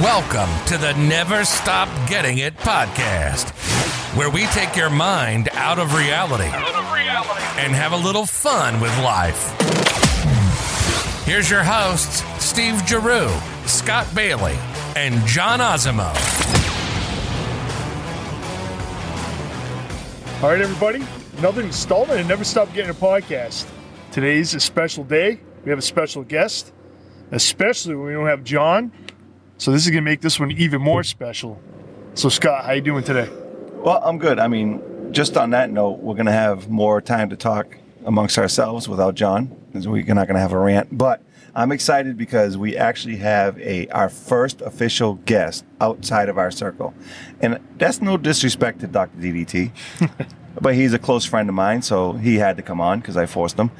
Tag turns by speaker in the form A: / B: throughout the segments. A: Welcome to the Never Stop Getting It podcast, where we take your mind out of reality, and have a little fun with life. Here's your hosts, Steve Giroux, Scott Bailey, and John Osimo.
B: All right, everybody. Another installment of Never Stop Getting a Podcast. Today's a special day. We have a special guest, especially when we don't have John. So this is going to make this one even more special. So Scott, how you doing today?
C: Well, I'm good. I mean, just on that note, we're going to have more time to talk amongst ourselves without John, 'cause we're not going to have a rant. But I'm excited because we actually have a our first official guest outside of our circle, and that's no disrespect to Dr. DDT, but he's a close friend of mine, so he had to come on because I forced him,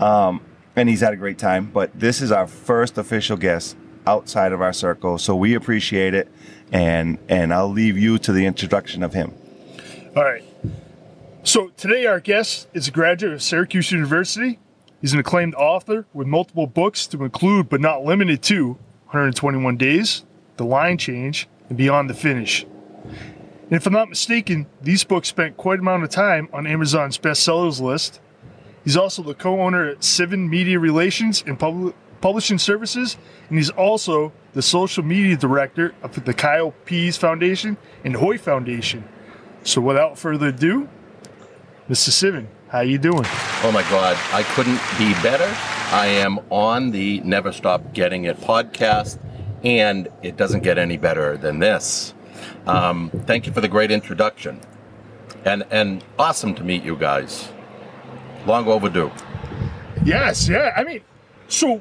C: um, and he's had a great time. But this is our first official guest outside of our circle, so we appreciate it, and and I'll leave you to the introduction of him.
B: All right. So today our guest is a graduate of Syracuse University. He's an acclaimed author with multiple books to include, but not limited to, 121 Days, The Line Change, and Beyond the Finish. And if I'm not mistaken, these books spent quite an amount of time on Amazon's bestsellers list. He's also the co-owner at Seven Media Relations and Publi- Publishing Services, and he's also the social media director of the Kyle Pease Foundation and Hoy Foundation. So without further ado, Mr. Sivan, how you doing?
D: Oh my God, I couldn't be better. I am on the Never Stop Getting It podcast, and it doesn't get any better than this. Um, thank you for the great introduction, and and awesome to meet you guys. Long overdue.
B: Yes, yeah. I mean, so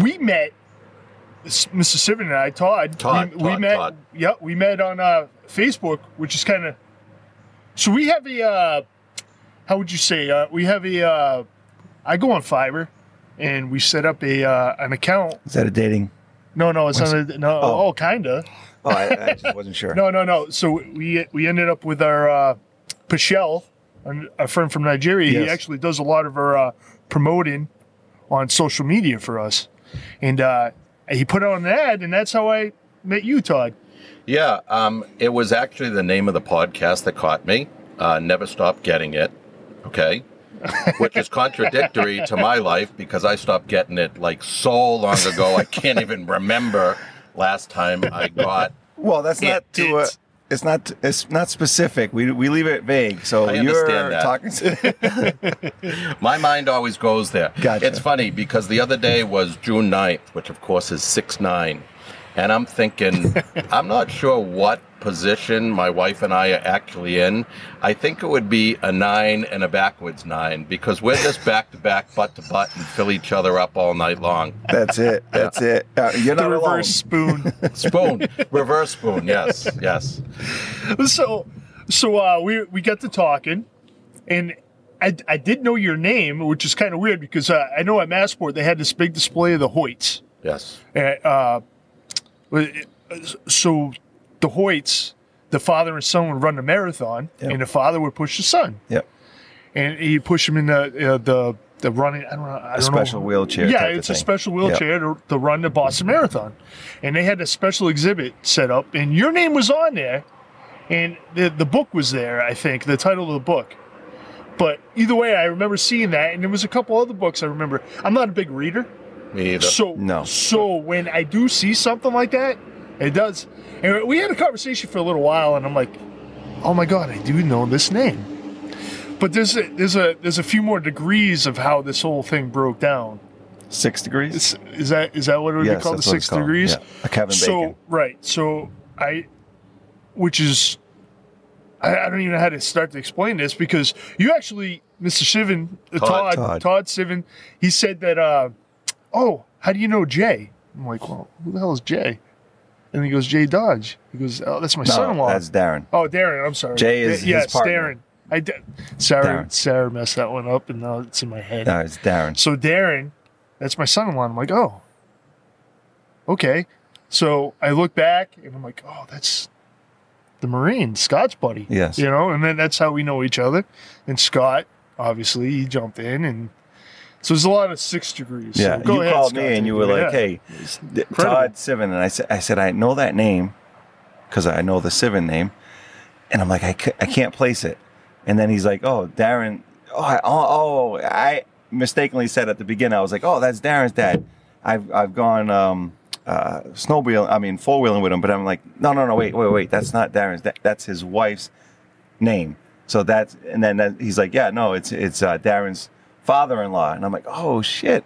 B: we met s- Mr. Sivan and I, Todd.
D: Todd,
B: we, we
D: Todd,
B: met.
D: Todd.
B: Yeah, we met on uh, Facebook, which is kind of. So we have a. Uh, how would you say? Uh, we have a. Uh, I go on Fiverr, and we set up a uh, an account.
C: Is that a dating?
B: No, no, it's not. A, no, oh,
C: Oh.
B: kinda.
C: Oh, I, I just wasn't sure.
B: No, no, no. So we we ended up with our uh, Pashel, an- a friend from Nigeria. He
C: Yes.
B: actually does a lot of our uh, promoting on social media for us, and uh, he put out an ad, and that's how I met you, Todd.
D: Yeah, um, it was actually the name of the podcast that caught me. Uh, Never Stop Getting It. Okay. Which is contradictory to my life because I stopped getting it like so long ago. I can't even remember last time I got.
C: Well, that's
D: It-
C: not to. Uh,
D: it's-
C: it's not. It's not specific. We we leave it vague. So
D: I
C: you're
D: understand that.
C: talking. To,
D: My mind always goes there.
C: Gotcha.
D: It's funny because the other day was June 9th, which of course is 6 9. And I'm thinking, I'm not sure what position my wife and I are actually in. I think it would be a nine and a backwards nine because we're just back to back, butt to butt, and fill each other up all night long.
C: that's it. That's it. Uh, you're
B: The
C: not alone.
B: reverse spoon.
D: Spoon, reverse spoon. Yes, yes.
B: so so uh, we we got to talking, and I, I did know your name, which is kind of weird because uh, I know at Massport they had this big display of the Hoyts.
D: Yes.
B: at, uh, so the Hoyts, the father and son would run the marathon,
C: Yeah.
B: and the father would push the son,
C: Yep.
B: and he'd push him in the uh, the the running. I don't know. I
C: A
B: don't
C: special
B: know.
C: wheelchair.
B: Yeah,
C: type of
B: it's a
C: thing.
B: special wheelchair to, to run the Boston Marathon, and they had a special exhibit set up, and your name was on there, and the the book was there. I think the title of the book. But either way, I remember seeing that, and there was a couple other books I remember. I'm not a big reader,
D: Me either.
B: so
C: No.
B: So when I do see something like that, it does. And we had a conversation for a little while, and I'm like, oh my god, I do know this name. But there's a, there's a there's a few more degrees of how this whole thing broke down.
C: Six degrees.
B: Is, is that is that what it would be
C: Yes,
B: called? The
C: that's what it's
B: six
C: called.
B: degrees.
C: Yeah. A Kevin
B: so
C: Bacon.
B: right. So I, which is, I, I don't even know how to start to explain this because you actually, Mr. Shiven, uh, Todd,
D: Todd,
B: Todd,
C: Todd.
B: Shiven, he said that. uh Oh, how do you know Jay? I'm like, well, who the hell is Jay? And he goes, Jay Dodge. He goes, oh, that's my
C: No,
B: son-in-law.
C: that's Darren.
B: Oh, Darren, I'm sorry.
C: Jay is
B: yeah,
C: his
B: it's
C: partner.
B: Darren. I d- Sarah,
C: Darren.
B: Sarah messed that one up, and now it's in my head.
C: No, it's Darren.
B: So Darren, that's my son-in-law. I'm like, oh, okay. So I look back and I'm like, oh, that's the Marine, Scott's buddy.
C: Yes.
B: You know, and then that's how we know each other. And Scott, obviously, he jumped in and So there's a lot of six degrees. So
C: Yeah,
B: go
C: you
B: ahead,
C: called
B: Scott,
C: me and
B: take
C: you
B: it
C: were
B: away.
C: like,
B: Yeah.
C: "Hey, th-
B: incredible.
C: Todd Sivin," and I said, "I said I know that name because I know the Sivin name," and I'm like, I, c- "I can't place it," and then he's like, "Oh, Darren, oh, I, oh, oh, I mistakenly said at the beginning, I was like, oh, that's Darren's dad. I've I've gone um, uh, snowmobile, I mean four wheeling with him, but I'm like, no, no, no, wait, wait, wait, that's not Darren's. That, that's his wife's name. So that's and then that, he's like, yeah, no, it's it's uh, Darren's father-in-law, and I'm like, oh shit,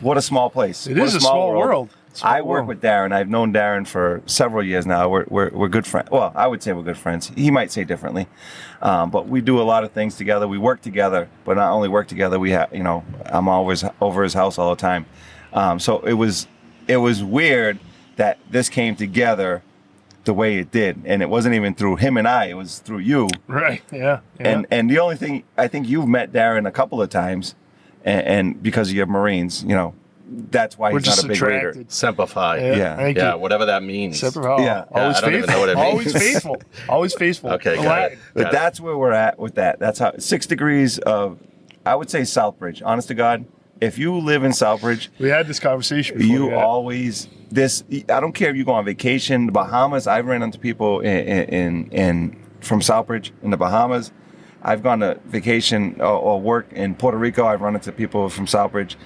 C: what a small place.
B: It
C: What
B: is a small world. Small
C: I work
B: world.
C: with Darren. I've known Darren for several years now. We're we're, we're good friends. Well, I would say we're good friends. He might say differently, um, but we do a lot of things together. We work together, but not only work together. We have you know I'm always over his house all the time. Um, so it was it was weird that this came together the way it did, and it wasn't even through him and I. It was through you
B: Right. Yeah. yeah.
C: and and the only thing I think you've met Darren a couple of times, and, and because you have Marines, you know, that's why
B: we're
C: he's not
B: just
C: a big reader.
B: attracted.
D: Simplify.
B: Yeah.
C: Yeah.
B: Thank
D: Yeah,
B: you.
D: whatever that means.
B: Except for- oh,
C: Yeah.
D: Yeah,
B: Always
D: I don't even
B: faithful.
D: know what it
B: Always
D: means.
B: faithful. Always faithful.
D: Okay, got
B: Aladdin.
D: it.
C: But
D: Got it.
C: that's where we're at with that. That's how six degrees of, I would say Southbridge. Honest to God, if you live in Southbridge,
B: We had this conversation before.
C: you
B: yeah.
C: always this. I don't care if you go on vacation, the Bahamas. I've ran into people in in, in from Southbridge in the Bahamas. I've gone to vacation or, or work in Puerto Rico. I've run into people from Southbridge.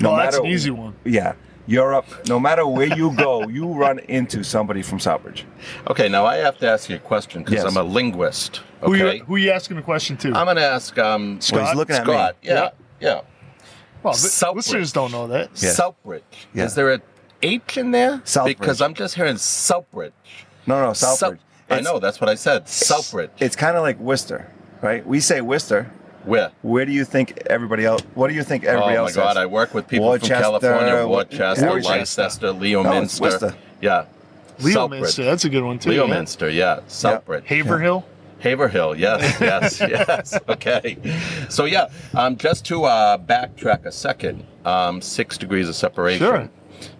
D: Oh,
B: No, that's an easy one.
C: Yeah. Europe, no matter where you go, you run into somebody from Southbridge.
D: Okay, now I have to ask you a question because
C: Yes.
D: I'm a linguist.
B: Who
D: Okay,
B: you who you asking the question to?
D: I'm going to ask um,
C: Well, he's
B: Scott?
C: looking at
D: Scott.
C: me.
D: Yeah, yeah.
B: well, the
D: Southbridge.
B: listeners don't know that.
C: Yeah.
D: Southbridge.
C: Yeah.
D: Is there a H in there?
C: Southbridge.
D: Because I'm just hearing Southbridge.
C: No, no, Southbridge.
D: Sou- I
C: It's-
D: know that's what I said. Southbridge.
C: It's kind of like Worcester, right? We say Worcester.
D: Where?
C: Where do you think everybody else? What do you think everybody
D: oh my
C: else?
D: God!
C: says?
D: I work with people
C: Worcester,
D: from California,
C: Wor-
D: Worcester,
C: Worcester.
D: Leicester,
C: No, it's
D: Leominster.
C: Worcester.
D: yeah,
B: Leominster, that's a good one too. yeah.
D: Leominster, yeah, Southbridge.
B: Haverhill.
D: Haverhill, yes, yes, yes. Okay. So, yeah, um, just to uh, backtrack a second, um, six degrees of separation.
B: Sure.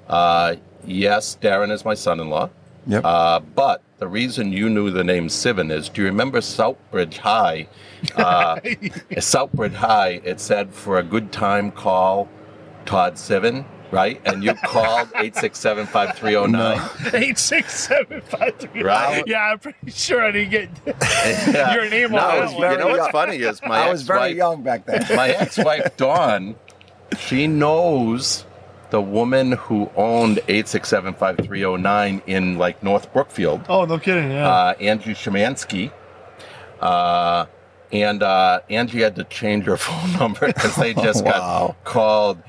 D: Uh, yes, Darren is my son in law.
C: Yep.
D: Uh, but the reason you knew the name Sivan is do you remember Southbridge High? Uh, Southbridge High, it said for a good time call Todd Sivan, right? And you called 867 5309.
B: Eight six seven five three.
D: Right.
B: Yeah, I'm pretty sure I didn't get. Your name on that
D: no, it's-
B: one.
D: You know what's funny is my
C: I was very
D: ex-wife-
C: young back then.
D: my ex-wife Dawn, she knows the woman who owned 8675309 in like North Brookfield,
B: Oh, no kidding. Yeah.
D: uh, Angie Shemansky. Uh, and uh, Angie had to change her phone number because they just
C: Wow.
D: got called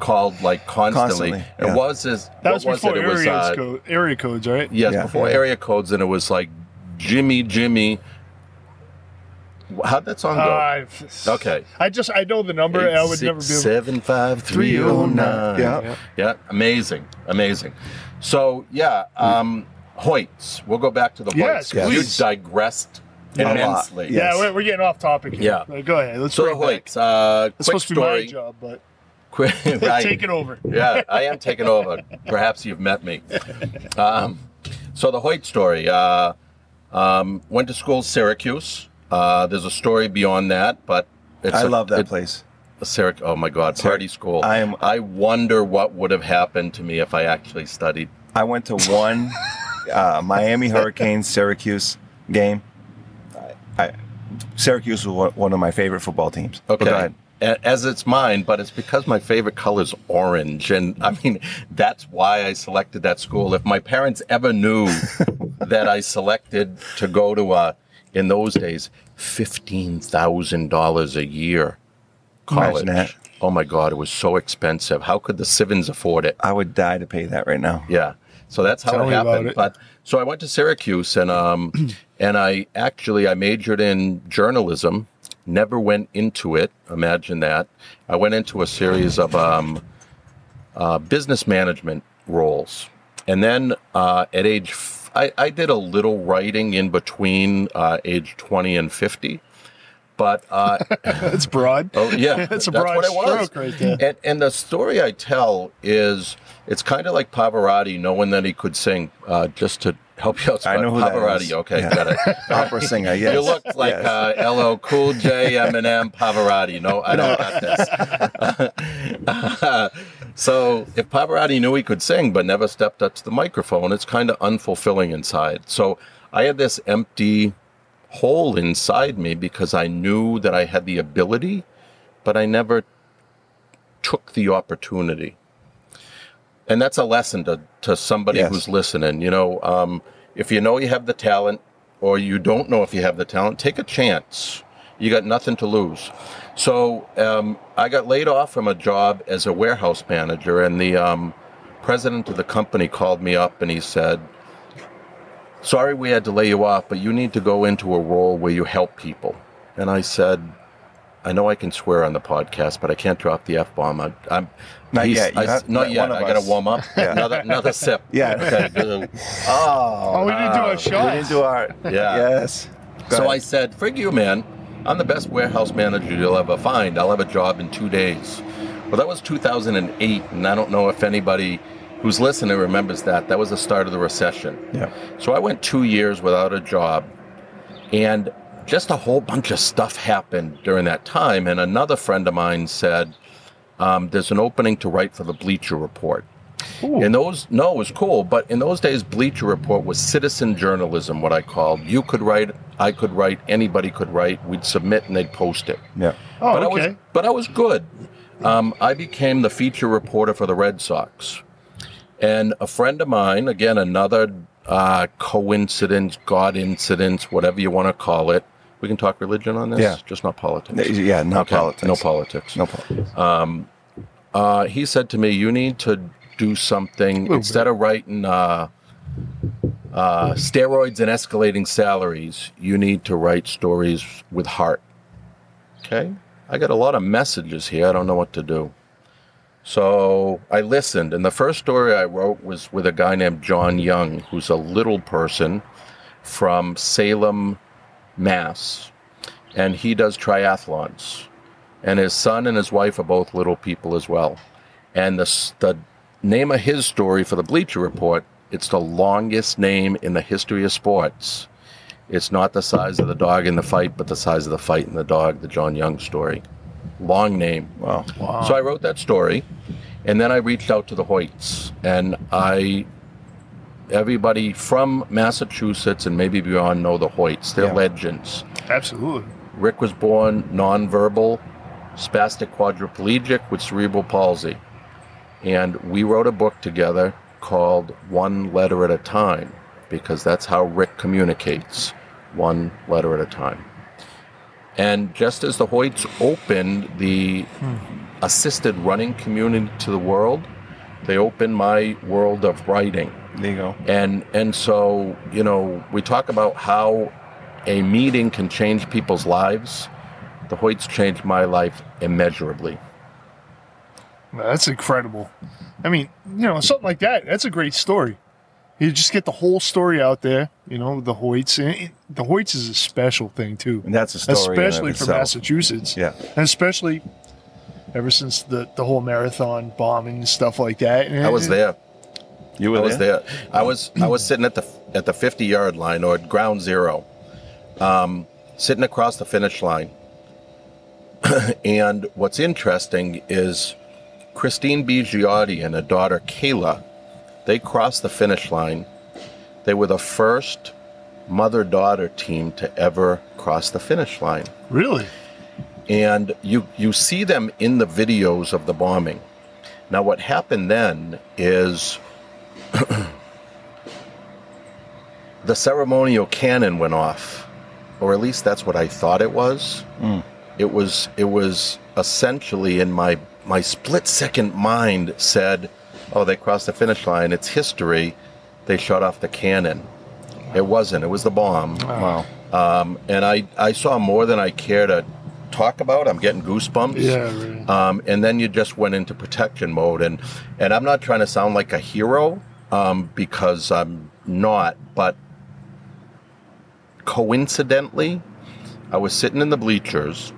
D: called like constantly.
C: Constantly,
D: It
C: yeah.
D: was this
B: that
D: what
B: was before
D: it? It was
B: area
D: uh,
B: code, area codes, right?
D: Yes,
C: Yeah.
D: before area codes, and it was like Jimmy, Jimmy. How'd that song go?
B: Uh,
D: Okay.
B: I just I know the number. and I would never be. Able,
D: Seven five three oh nine.
C: Yeah.
D: yeah, amazing, amazing. So yeah, um, Hoyts. We'll go back to the
B: Yes,
D: Hoyts.
B: please.
D: You digressed
C: lot,
D: immensely.
C: yes.
B: Yeah, we're, we're getting off topic. Here.
D: Yeah.
B: But go ahead. Let's
D: So
B: bring it back.
D: Hoyts. Uh,
B: It's
D: quick
B: supposed to be my
D: story.
B: job, but
D: Quick, right.
B: take it over.
D: yeah, I am taking over. Perhaps you've met me. Um, so the Hoyt story. Uh, um, went to school Syracuse. Uh, there's a story beyond that, but it's
C: I
D: a-
C: love that
D: it-
C: place.
D: Syracuse. Oh my God, party school.
C: I am-
D: I wonder what would have happened to me if I actually studied.
C: I went to one uh, Miami Hurricanes Syracuse game. I, I, Syracuse was one- one of my favorite football teams. But go
D: Okay.
C: ahead.
D: A- As it's mine, but it's because my favorite color is orange. And I mean, that's why I selected that school. If my parents ever knew that I selected to go to a, in those days, $15,000 a year college.
C: that.
D: Oh my God, it was so expensive. How could the Sivins afford it?
C: I would die to pay that right now.
D: Yeah. So that's how
B: Tell
D: it
B: me about
D: happened.
B: it.
D: But so I went to Syracuse and um and I actually I majored in journalism, never went into it. Imagine that. I went into a series of um uh, business management roles. And then uh, at age, f- I, I did a little writing in between uh, age 20 and 50. But uh,
B: That's broad.
D: Oh yeah,
B: That's a broad
D: what it was.
B: stroke right there.
D: And, and the story I tell is it's kind of like Pavarotti knowing that he could sing. Uh, just to Help you out.
C: I know who that
D: Pavarotti.
C: is.
D: Okay,
C: Yeah.
D: got it.
C: Opera singer, yes.
D: You looked like
C: Yes.
D: uh, LL Cool J, Eminem, Pavarotti. No, I don't got this. so if Pavarotti knew he could sing but never stepped up to the microphone, it's kind of unfulfilling inside. So I had this empty hole inside me because I knew that I had the ability, but I never took the opportunity. And that's a lesson to, to somebody
C: Yes.
D: who's listening. You know, um, if you know you have the talent or you don't know if you have the talent, take a chance. You got nothing to lose. So um, I got laid off from a job as a warehouse manager, and the um, president of the company called me up and he said, Sorry we had to lay you off, but you need to go into a role where you help people. And I said, I know I can swear on the podcast, but I can't drop the F bomb. I- I'm
C: Not
D: he's-
C: yet. You
D: I,
C: have-
D: not yet.
C: one of
D: I got
C: us.
D: to warm up.
C: Yeah.
D: Another, another sip.
C: Yeah.
D: Okay.
C: Oh,
B: Oh, we didn't do
D: wow.
B: our shot.
C: we didn't do our.
D: Yeah.
C: Yes. Go
D: so
C: ahead.
D: I said, "Frig you, man! I'm the best warehouse manager you'll ever find. I'll have a job in two days." Well, that was 2008, and I don't know if anybody who's listening remembers that. That was the start of the recession.
C: Yeah.
D: So I went two years without a job, and just a whole bunch of stuff happened during that time. And another friend of mine said, um, "There's an opening to write for the Bleacher Report." In those, no, it was cool. But in those days, Bleacher Report was citizen journalism, what I called. You could write, I could write, anybody could write. We'd submit and they'd post it
C: Yeah.
B: Oh,
D: but I
B: okay.
D: was, but I was good. Um, I became the feature reporter for the Red Sox, and a friend of mine, again another uh, coincidence, God incidence, whatever you want to call it. We can talk religion on this,
C: Yeah.
D: just not politics.
C: Yeah. Not
D: Okay,
C: politics.
D: No politics.
C: No politics.
D: Uh, he said to me, "You need to do something instead of writing uh, uh, steroids and escalating salaries. You need to write stories with heart." Okay, I got a lot of messages here. I don't know what to do, so I listened. And the first story I wrote was with a guy named John Young, who's a little person from Salem, Mass, and he does triathlons and his son and his wife are both little people as well. And the s- the name of his story for the Bleacher Report, it's the longest name in the history of sports. It's not the size of the dog in the fight, but the size of the fight in the dog, the John Young story. Long name.
C: Wow.
D: So I wrote that story, and then I reached out to the Hoyts, and I, everybody from Massachusetts and maybe beyond know the Hoyts. They're
C: Yeah.
D: legends.
B: Absolutely.
D: Rick was born nonverbal, spastic quadriplegic with cerebral palsy. And we wrote a book together called One Letter at a Time because that's how Rick communicates one letter at a time. And just as the Hoyts opened the assisted running community to the world, they opened my world of writing
C: There you go.
D: and and so you know we talk about how a meeting can change people's lives the hoyts changed my life immeasurably
B: Wow, that's incredible. I mean, you know, something like that. That's a great story. You just get the whole story out there. You know, the Hoyts. And it- the Hoyts is a special thing too,
C: And that's a story. in and of
B: especially for
C: itself.
B: Massachusetts.
C: Yeah.
B: and especially ever since the the whole marathon bombing and stuff like that. And
D: i was there
C: You were
D: i was there i was i was sitting at the at the 50 yard line or at ground zero um, sitting across the finish line and what's interesting is christine biggiotti and her daughter kayla they crossed the finish line they were the first mother daughter team to ever cross the finish line.
B: Really?
D: And you, you see them in the videos of the bombing. Now, what happened then is the ceremonial cannon went off, or at least that's what I thought it was. It was it was essentially in my my split second mind said, "Oh, they crossed the finish line. It's history. They shot off the cannon." It wasn't. It was the bomb.
C: Wow.
D: Um, and I, I saw more than I care to talk about. I'm getting goosebumps.
B: Yeah. Really.
D: Um, and then you just went into protection mode, and and I'm not trying to sound like a hero um, because I'm not, but coincidentally, I was sitting in the bleachers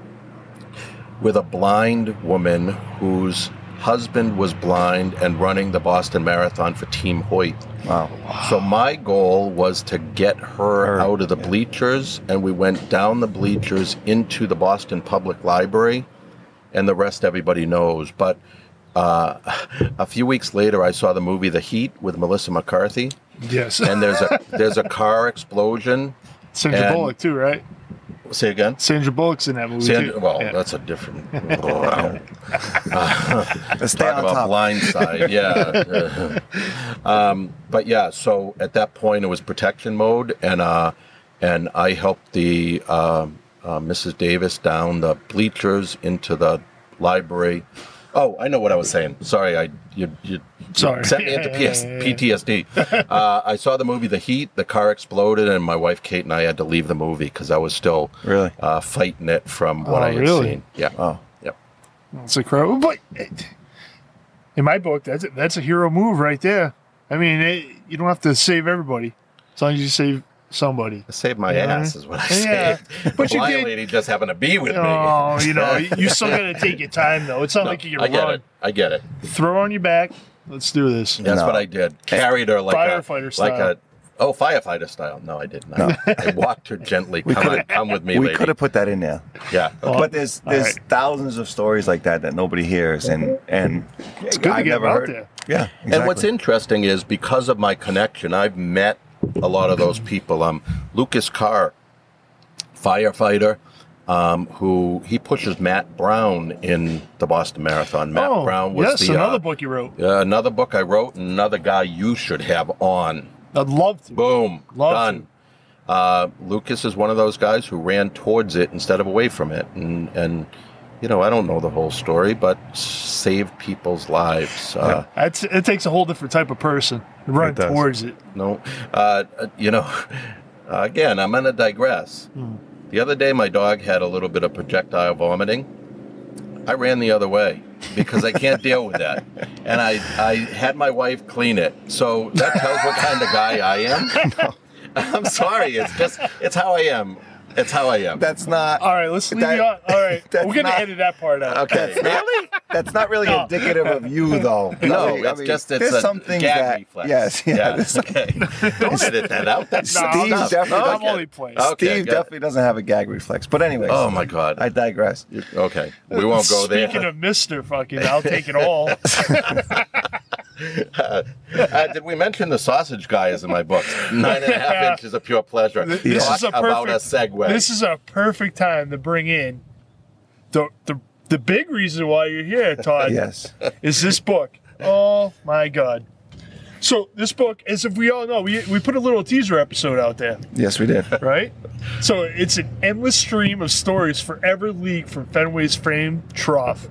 D: with a blind woman whose husband was blind and running the Boston Marathon for Team Hoyt.
C: Wow.
D: So my goal was to get her,
C: Ah. Her,
D: out of the
C: yeah.
D: bleachers, and we went down the bleachers into the Boston Public Library, and the rest everybody knows. But uh, a few weeks later, I saw the movie The Heat with Melissa McCarthy,
B: Yes.
D: and there's a there's a car explosion.
B: Sandra
D: and-
B: Bullock too, right?
D: Say again.
B: Sandra Bullock's in that movie
D: Sandra,
B: too.
D: well,
B: Yeah.
D: that's a different. Wow.
C: Let's stay
D: Talk
C: on
D: about
C: top.
D: blindside, yeah. um, but yeah, so at that point it was protection mode, and uh, and I helped the uh, uh, Mrs. Davis down the bleachers into the library. Oh, I know what I was saying. Sorry, I you you, you
B: Sorry.
D: sent me into
B: Yeah,
D: PS,
B: yeah, yeah.
D: PTSD. Uh, I saw the movie The Heat. The car exploded, and my wife Kate and I had to leave the movie because I was still
C: Really?
D: uh, fighting it from what
B: Oh,
D: I had
B: really?
D: seen. Yeah.
C: Oh.
D: Yep.
B: It's a crow. But in my book, that's a, that's a hero move right there. I mean, it, you don't have to save everybody as long as you save somebody.
D: I saved my
B: Yeah.
D: ass, is what I
B: Yeah.
D: saved.
B: But
D: the
B: you
D: lion
B: did-
D: lady just happened to be with me.
B: Oh, you know, you still got to take your time though. It's not
D: No,
B: like you
D: I
B: can
D: get
B: run.
D: it. I get it.
B: Throw on your back. Let's do this.
D: That's
C: No.
D: what I did. Carried her like
B: Firefighter
D: a,
B: style.
D: Like a, oh, firefighter style. No, I didn't. I, I walked her gently. Come on,
C: coulda-
D: come with me,
C: We Oh,
D: lady.
C: could have put that in there.
D: Yeah.
C: but there's
B: all
C: there's
B: right.
C: thousands of stories like that that nobody hears, and and it's
B: good to get 'em out there.
C: Yeah,
D: And what's interesting is because of my connection, I've met a lot of those people. Um, Lucas Carr, firefighter, um, who he pushes Matt Brown in the Boston Marathon. Matt
B: oh,
D: Brown was
B: yes,
D: the
B: another
D: uh,
B: book you wrote.
D: Yeah, another book I wrote, another guy you should have on.
B: I'd love to.
D: Boom,
B: Love
D: done. Uh, Lucas is one of those guys who ran towards it instead of away from it, and and you know I don't know the whole story, but saved people's lives. Uh,
B: That's, it takes a whole different type of person to run
C: It does.
B: towards it.
D: No, uh, you know, again I'm gonna digress. The other day my dog had a little bit of projectile vomiting. I ran the other way because I can't deal with that. And I, I had my wife clean it. So that tells what kind of guy I am. I'm sorry. It's just, it's how I am. It's how I am.
C: that's not
B: All right, let's leave
C: That-
B: you on. All right,
C: that's
B: we're gonna
C: not-
B: edit that part out.
D: okay.
C: that's not, that's not really indicative of you though.
D: No,
C: I mean- I
D: it's
C: mean,
D: just it's
C: there's
D: a
C: some things
D: gag
C: that
D: reflex.
C: yes, yeah.
D: yeah. Okay. Don't edit that out. That's
B: No,
C: Steve
B: no,
C: definitely
B: no, I'm
C: doesn't-
B: only playing.
D: Oh, Okay,
C: Steve
D: got it.
C: definitely doesn't have a gag reflex. But anyway,
D: Oh my God.
C: I digress.
D: okay. We won't go there.
B: Speaking of Mister Fucking, I'll take it all.
D: Uh, did we mention the sausage guy is in my book? Nine and a half
B: Yeah.
D: inches of pure pleasure.
B: This
D: Talk
B: is a
D: about a
B: perfect-
D: segue.
B: This is a perfect time to bring in the the, the big reason why you're here, Todd.
C: Yes,
B: Is this book? Oh my God! So this book, as if we all know, we we put a little teaser episode out there,
C: yes, we did.
B: right? so it's an endless stream of stories forever leaked from Fenway's frame trough,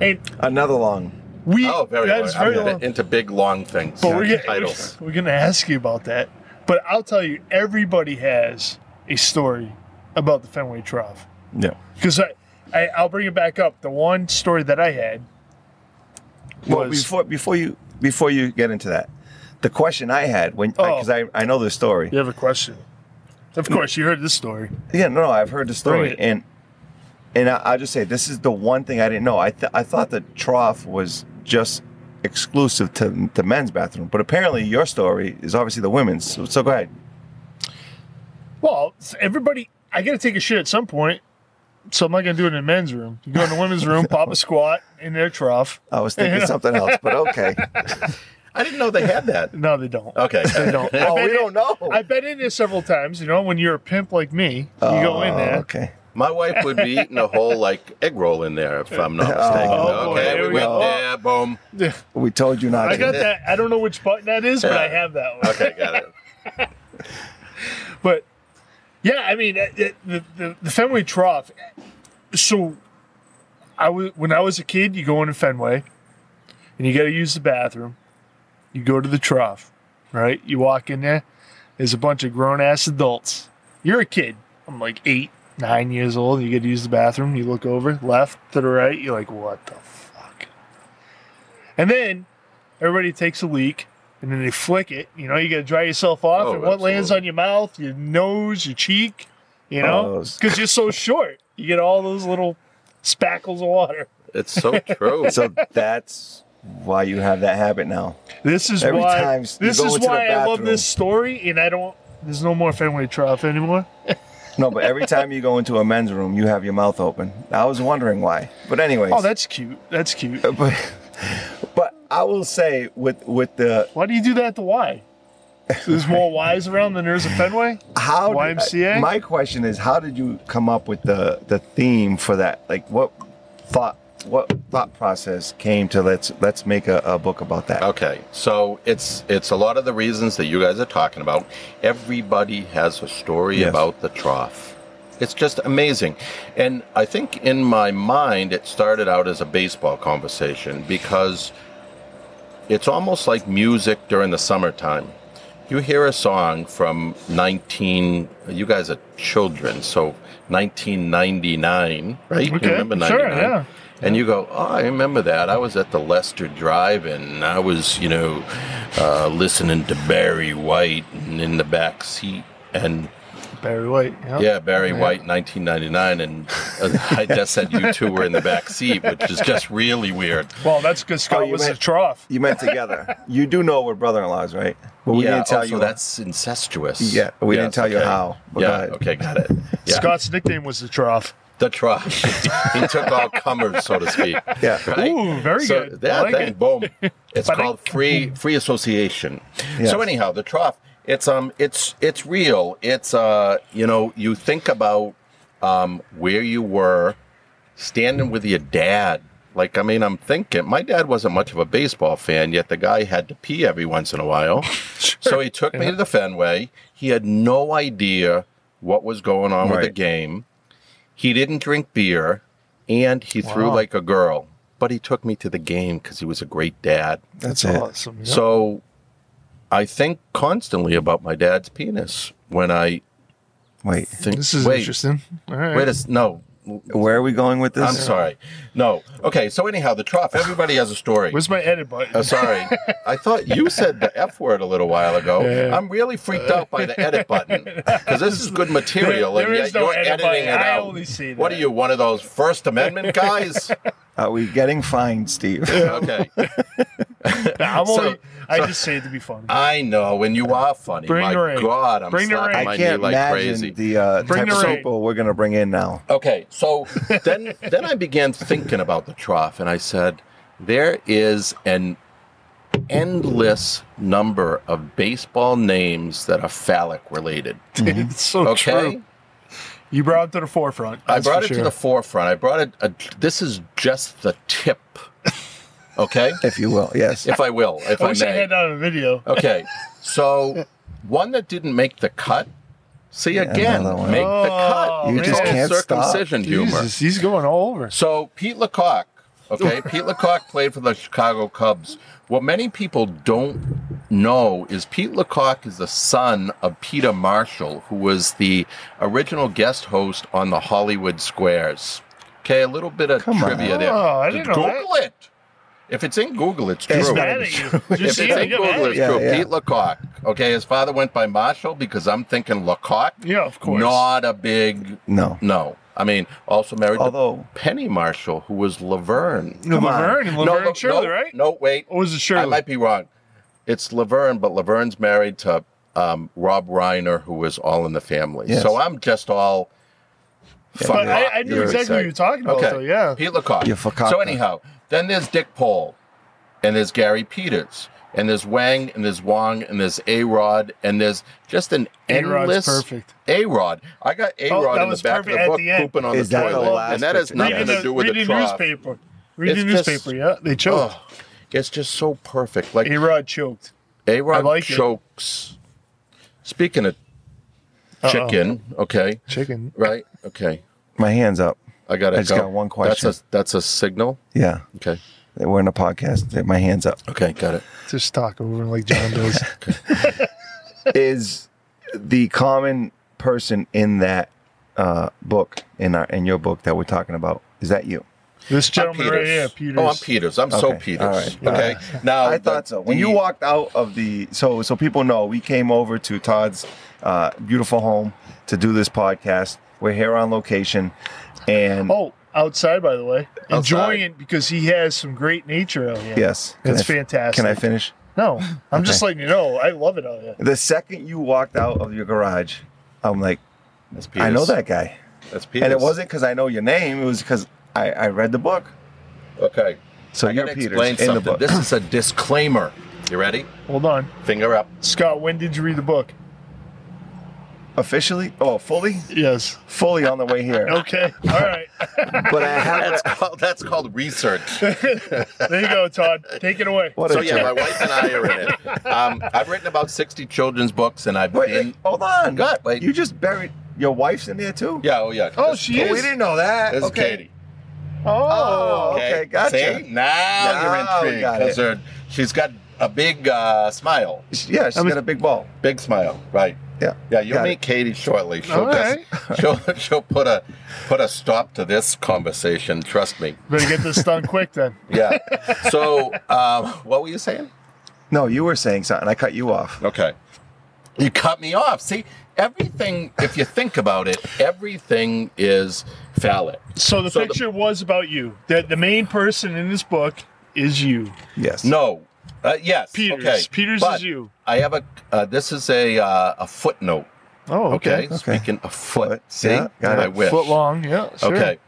B: and
C: Another long.
B: we
D: oh, very
B: that
D: long.
B: is very
D: I'm
B: long.
D: into big long things.
B: But we're gonna,
D: titles.
B: we're gonna ask you about that. But I'll tell you, everybody has a story about the Fenway Trough
C: Yeah.
B: because I, I I'll bring it back up. The one story that I had
C: Well,
B: was-
C: before before you before you get into that, the question I had when
B: Oh.
C: because I, I know the story.
B: you have a question. Of course, you heard this story.
C: Yeah, no, no, I've heard the
B: Bring
C: story,
B: it.
C: and and I, I'll just say this is the one thing I didn't know. I th- I thought the trough was just exclusive to the men's bathroom, but apparently your story is obviously the women's. So, so go ahead.
B: Well, everybody, I got to take a shit at some point, so I'm not gonna do it in the men's room. You go in the women's room, pop a squat in their trough.
C: I was thinking something else, but okay.
D: I didn't know they had that.
B: No, they don't.
D: Okay.
B: They don't.
C: Oh, we don't know.
B: I've been in there several times. You know, when you're a pimp like me, you go in
C: Oh,
B: there.
C: Okay.
D: My wife would be eating a whole like egg roll in there if I'm not mistaken.
C: Oh,
B: boy,
D: okay,
B: here
D: we,
B: we
D: went
B: go.
D: there. Boom.
C: We told you not
B: I
C: to.
B: got that. I don't know which button that is, but I
D: Yeah.
B: have that one.
D: Okay, got it.
B: But yeah, I mean, it, it- the, the the Fenway Trough. So, I was when I was a kid, you go into Fenway, and you got to use the bathroom. You go to the trough, right? You walk in there. There's a bunch of grown ass adults. You're a kid. I'm like eight, nine years old. You get to use the bathroom. You look over left to the right. You're like, what the fuck? And then everybody takes a leak and then they flick it. You know, you got to dry yourself off.
D: Oh,
B: and what lands
D: absolutely.
B: on your mouth, your nose, your cheek, you
C: Oh,
B: know,
C: those-
B: because you're so short. You get all those little spackles of water.
D: It's so true.
C: So that's why you have that habit now.
B: This is
C: Every
B: why.
C: time you
B: this
C: go
B: is
C: into the
B: why I love
C: bathroom.
B: this story, and I don't. There's no more family trough anymore.
C: No, but every time you go into a men's room, you have your mouth open. I was wondering why. But anyways,
B: Oh, that's cute. That's cute.
C: but, but I will say with with the
B: Why do you do that to Y? There's more Y's around than there's a Fenway.
C: how
B: YMCA?
C: my question is how did you come up with the the theme for that? Like what thought what thought process came to let's let's make a, a book about that?
D: Okay, so it's it's a lot of the reasons that you guys are talking about. Everybody has a story
C: Yes.
D: about the trough. It's just amazing, and I think in my mind it started out as a baseball conversation because it's almost like music during the summertime. You hear a song from 19. You guys are children, so 1999, right? You
B: Okay,
D: remember
B: sure,
D: 99?
B: yeah.
D: And you go, oh, I remember that. I was at the Lester Drive, and I was, you know, uh, listening to Barry White and in the back seat, and
B: Barry White.
D: yeah, Barry White, 1999, and uh, I just said you two were in the back seat, which is just really weird.
B: Well, that's good. Scott
C: Oh, you
B: was a
C: meant-
B: trough.
C: You meant together. you do know we're brother-in-laws, right? But we
D: yeah,
C: didn't tell
D: oh,
C: you
D: so that's incestuous.
C: Yeah, we didn't
D: Yes,
C: tell you
D: okay.
C: how, but go
D: Yeah,
C: ahead.
D: okay, got it. Yeah.
B: Scott's nickname was the trough.
D: the trash. he took all comers, so to speak.
C: Yeah.
D: Right?
B: Ooh, very
D: So,
B: good. I
D: Yeah,
B: like
D: thank-
B: it.
D: boom. It's
B: Ba-dink.
D: called free free association.
C: Yes.
D: So anyhow, the trough. It's um, it's it's real. It's uh, you know, you think about um where you were standing with your dad. Like, I mean, I'm thinking my dad wasn't much of a baseball fan, yet the guy had to pee every once in a while. So he took me to the Fenway. He had no idea what was going on with the
C: Right.
D: game. He didn't drink beer and he threw
B: Wow.
D: like a girl. But he took me to the game because he was a great dad.
C: that's it.
B: Awesome. yeah.
D: So I think constantly about my dad's penis when I
C: Wait,
D: think.
B: this is
D: wait,
B: interesting. All right.
D: Wait a s- no.
C: where are we going with this?
D: I'm sorry. No. Okay. So anyhow, the trough. Everybody has a story.
B: Where's my edit button?
D: Uh, sorry. I thought you said the F word a little while ago.
B: Yeah.
D: I'm really freaked out by the edit button because this is good material,
B: There-
D: and
B: there
D: yet
B: is no
D: you're
B: edit
D: editing
B: button.
D: it
B: I
D: out.
B: only see
D: What are
B: that.
D: you, one of those First Amendment guys?
C: Are we getting fined, Steve?
D: okay.
B: I'm
D: so-
B: only, I
D: so-
B: just say it to be funny.
D: I know, and you are funny.
B: Bring
D: my
B: her in.
D: God, I'm
B: Bring her
D: slapping
B: in.
D: my
C: I can't
D: knee like
C: imagine
D: crazy.
C: the uh,
B: Bring
C: type of
B: her in.
C: people we're going to bring in now.
D: Okay, so then then I began thinking about the trough, and I said, there is an endless number of baseball names that are phallic related.
B: it's so
D: Okay,
B: true. You brought it to the forefront.
D: I
B: that's
D: brought
B: for
D: it to
B: sure.
D: the forefront. I brought it. A, this is just the tip. Okay,
C: If you will, yes.
D: if I will, if
B: I
D: I,
B: wish I
D: may.
B: had that on a video.
D: Okay, so one that didn't make the cut. See again,
C: another one.
D: make the cut.
B: Oh, You
D: It's
B: just
D: all
C: can't stop.
D: circumcision humor.
B: Jesus, he's going all over.
D: So Pete LeCocq, okay, Pete LeCocq played for the Chicago Cubs. What many people don't know is Pete LeCocq is the son of Peter Marshall, who was the original guest host on the Hollywood Squares. Okay, a little bit of
C: Come on.
D: trivia there.
B: Oh, I didn't know
D: Google
B: that.
D: it. If it's in Google, it's true.
C: It's
B: He's
C: not
B: mad at you.
D: If
B: Just
D: it's
B: see him
D: in
B: get
D: Google,
B: mad
D: it's
B: at
C: Yeah,
D: true.
C: yeah.
D: Pete LeCocq. Okay, his father went by Marshall because I'm thinking LeCocq.
B: you. Yeah, of course.
D: Not a big
C: No.
D: no. I mean, also married
C: Although-
D: to Penny Marshall, who was Laverne.
B: No,
C: Come on.
B: Laverne and Laverne
D: no,
B: Shirley,
D: no,
B: right?
D: No, wait.
B: Or was it Shirley?
D: I might be wrong. It's Laverne, but Laverne's married to um, Rob Reiner, who was all in the family.
C: Yes.
D: So I'm just all.
B: but I, I knew
D: You're
B: exactly what you were talking about,
D: Okay.
B: though. Yeah.
D: Pete LeCocq.
C: You forgot
D: So
C: that.
D: anyhow, then there's Dick Paul, and there's Gary Peters, and there's Wang, and there's Wong, and there's A Rod, and there's just an
B: A-Rod's
D: endless.
B: perfect.
D: A Rod. I got A
B: Oh,
D: Rod
B: that
D: in the
B: was
D: back of
B: perfect
D: the
B: at
D: book,
B: the end.
D: pooping on
C: Is
D: the
C: that the
D: toiler,
C: last
D: and that has
C: picture?
D: nothing
B: Reading
D: to
B: the,
D: do with the
B: reading
D: trough.
B: newspaper. Reading
D: It's just-
B: newspaper, yeah. They choked.
D: Oh, it's just so perfect. Like
B: A Rod choked.
D: A
B: I
D: Rod
B: like it.
D: chokes. Speaking of chicken, okay,
B: Chicken.
D: right? Okay,
C: My hand's up.
D: I got
C: I
D: to go.
C: just got one question.
D: That's a that's a signal.
C: Yeah.
D: Okay.
C: We're in a podcast. My hand's up.
D: Okay, got it.
B: Just talk over like John does.
C: Is the common person in that uh, book, in our in your book that we're talking about, is that you?
B: this
D: I'm
B: gentleman right here, Peters.
D: Oh, I'm Peters. I'm so
C: Okay,
D: Peters.
C: all right.
D: Okay. Now
C: I
D: Oh, the-
C: thought so. When you
D: the-
C: walked out of the so so people know we came over to Todd's uh, beautiful home to do this podcast. We're here on location, and
B: Oh, outside, by the way, enjoying
D: Outside.
B: it because he has some great nature out here.
C: Yes. Can
B: It's
C: I-
B: fantastic.
C: Can I finish?
B: No, I'm just letting you know. I love it out here.
C: The second you walked out of your garage, I'm like,
D: That's
C: I know
D: Peters.
C: that guy.
D: That's Peters.
C: And it wasn't because I know your name. It was because I, I read the book.
D: Okay.
C: So
D: I
C: you're
D: gotta
C: Peters
D: explain
C: in
D: something.
C: the book.
D: This is a disclaimer. You ready?
B: Hold on.
D: Finger up.
B: Scott, when did you read the book?
C: Officially? Oh, fully?
B: Yes.
C: Fully on the way here.
B: Okay. All right.
C: But I have
D: That's called, that's called research.
B: There you go, Todd. Take it away.
C: What
D: So
C: a
D: yeah, my
C: jerk.
D: wife and I are in it. Um, I've written about sixty children's books, and I've
C: Wait,
D: been.
C: wait, hold on.
D: God, wait.
C: You just buried your wife's in there too?
D: Yeah, oh yeah.
B: Oh,
D: This-
B: she
C: Oh, we
B: is.
C: didn't know that.
D: This
C: okay.
D: is Katie.
C: Oh, okay. gotcha.
D: See? Now,
C: Now we
D: you're
C: got
D: intrigued
C: it.
D: because she's got a big uh, smile,
C: Yeah, she's
B: I was-
C: got a big ball.
D: big smile, right?
C: Yeah.
D: Yeah, you'll
C: Got
D: meet Katie shortly. She'll,
B: All
D: she'll she'll put a put a stop to this conversation. Trust me.
B: Better get this done quick then.
D: Yeah. so, um, what were you saying?
C: No, you were saying something. I cut you off.
D: Okay. You cut me off. See, everything. If you think about it, everything is phallic.
B: So the
D: So the-
B: picture was about you. That the main person in this book is you.
C: Yes.
D: No. Uh, yes.
B: Peters.
D: Okay.
B: Peters
D: But
B: is you.
D: I have a. Uh, this is a uh, a footnote.
B: Oh,
D: Okay.
C: Okay.
D: Speaking of foot,
C: Foot,
D: see,
C: yeah, got
D: I
C: it.
D: wish.
B: Foot long. Yeah. Sure.
D: Okay.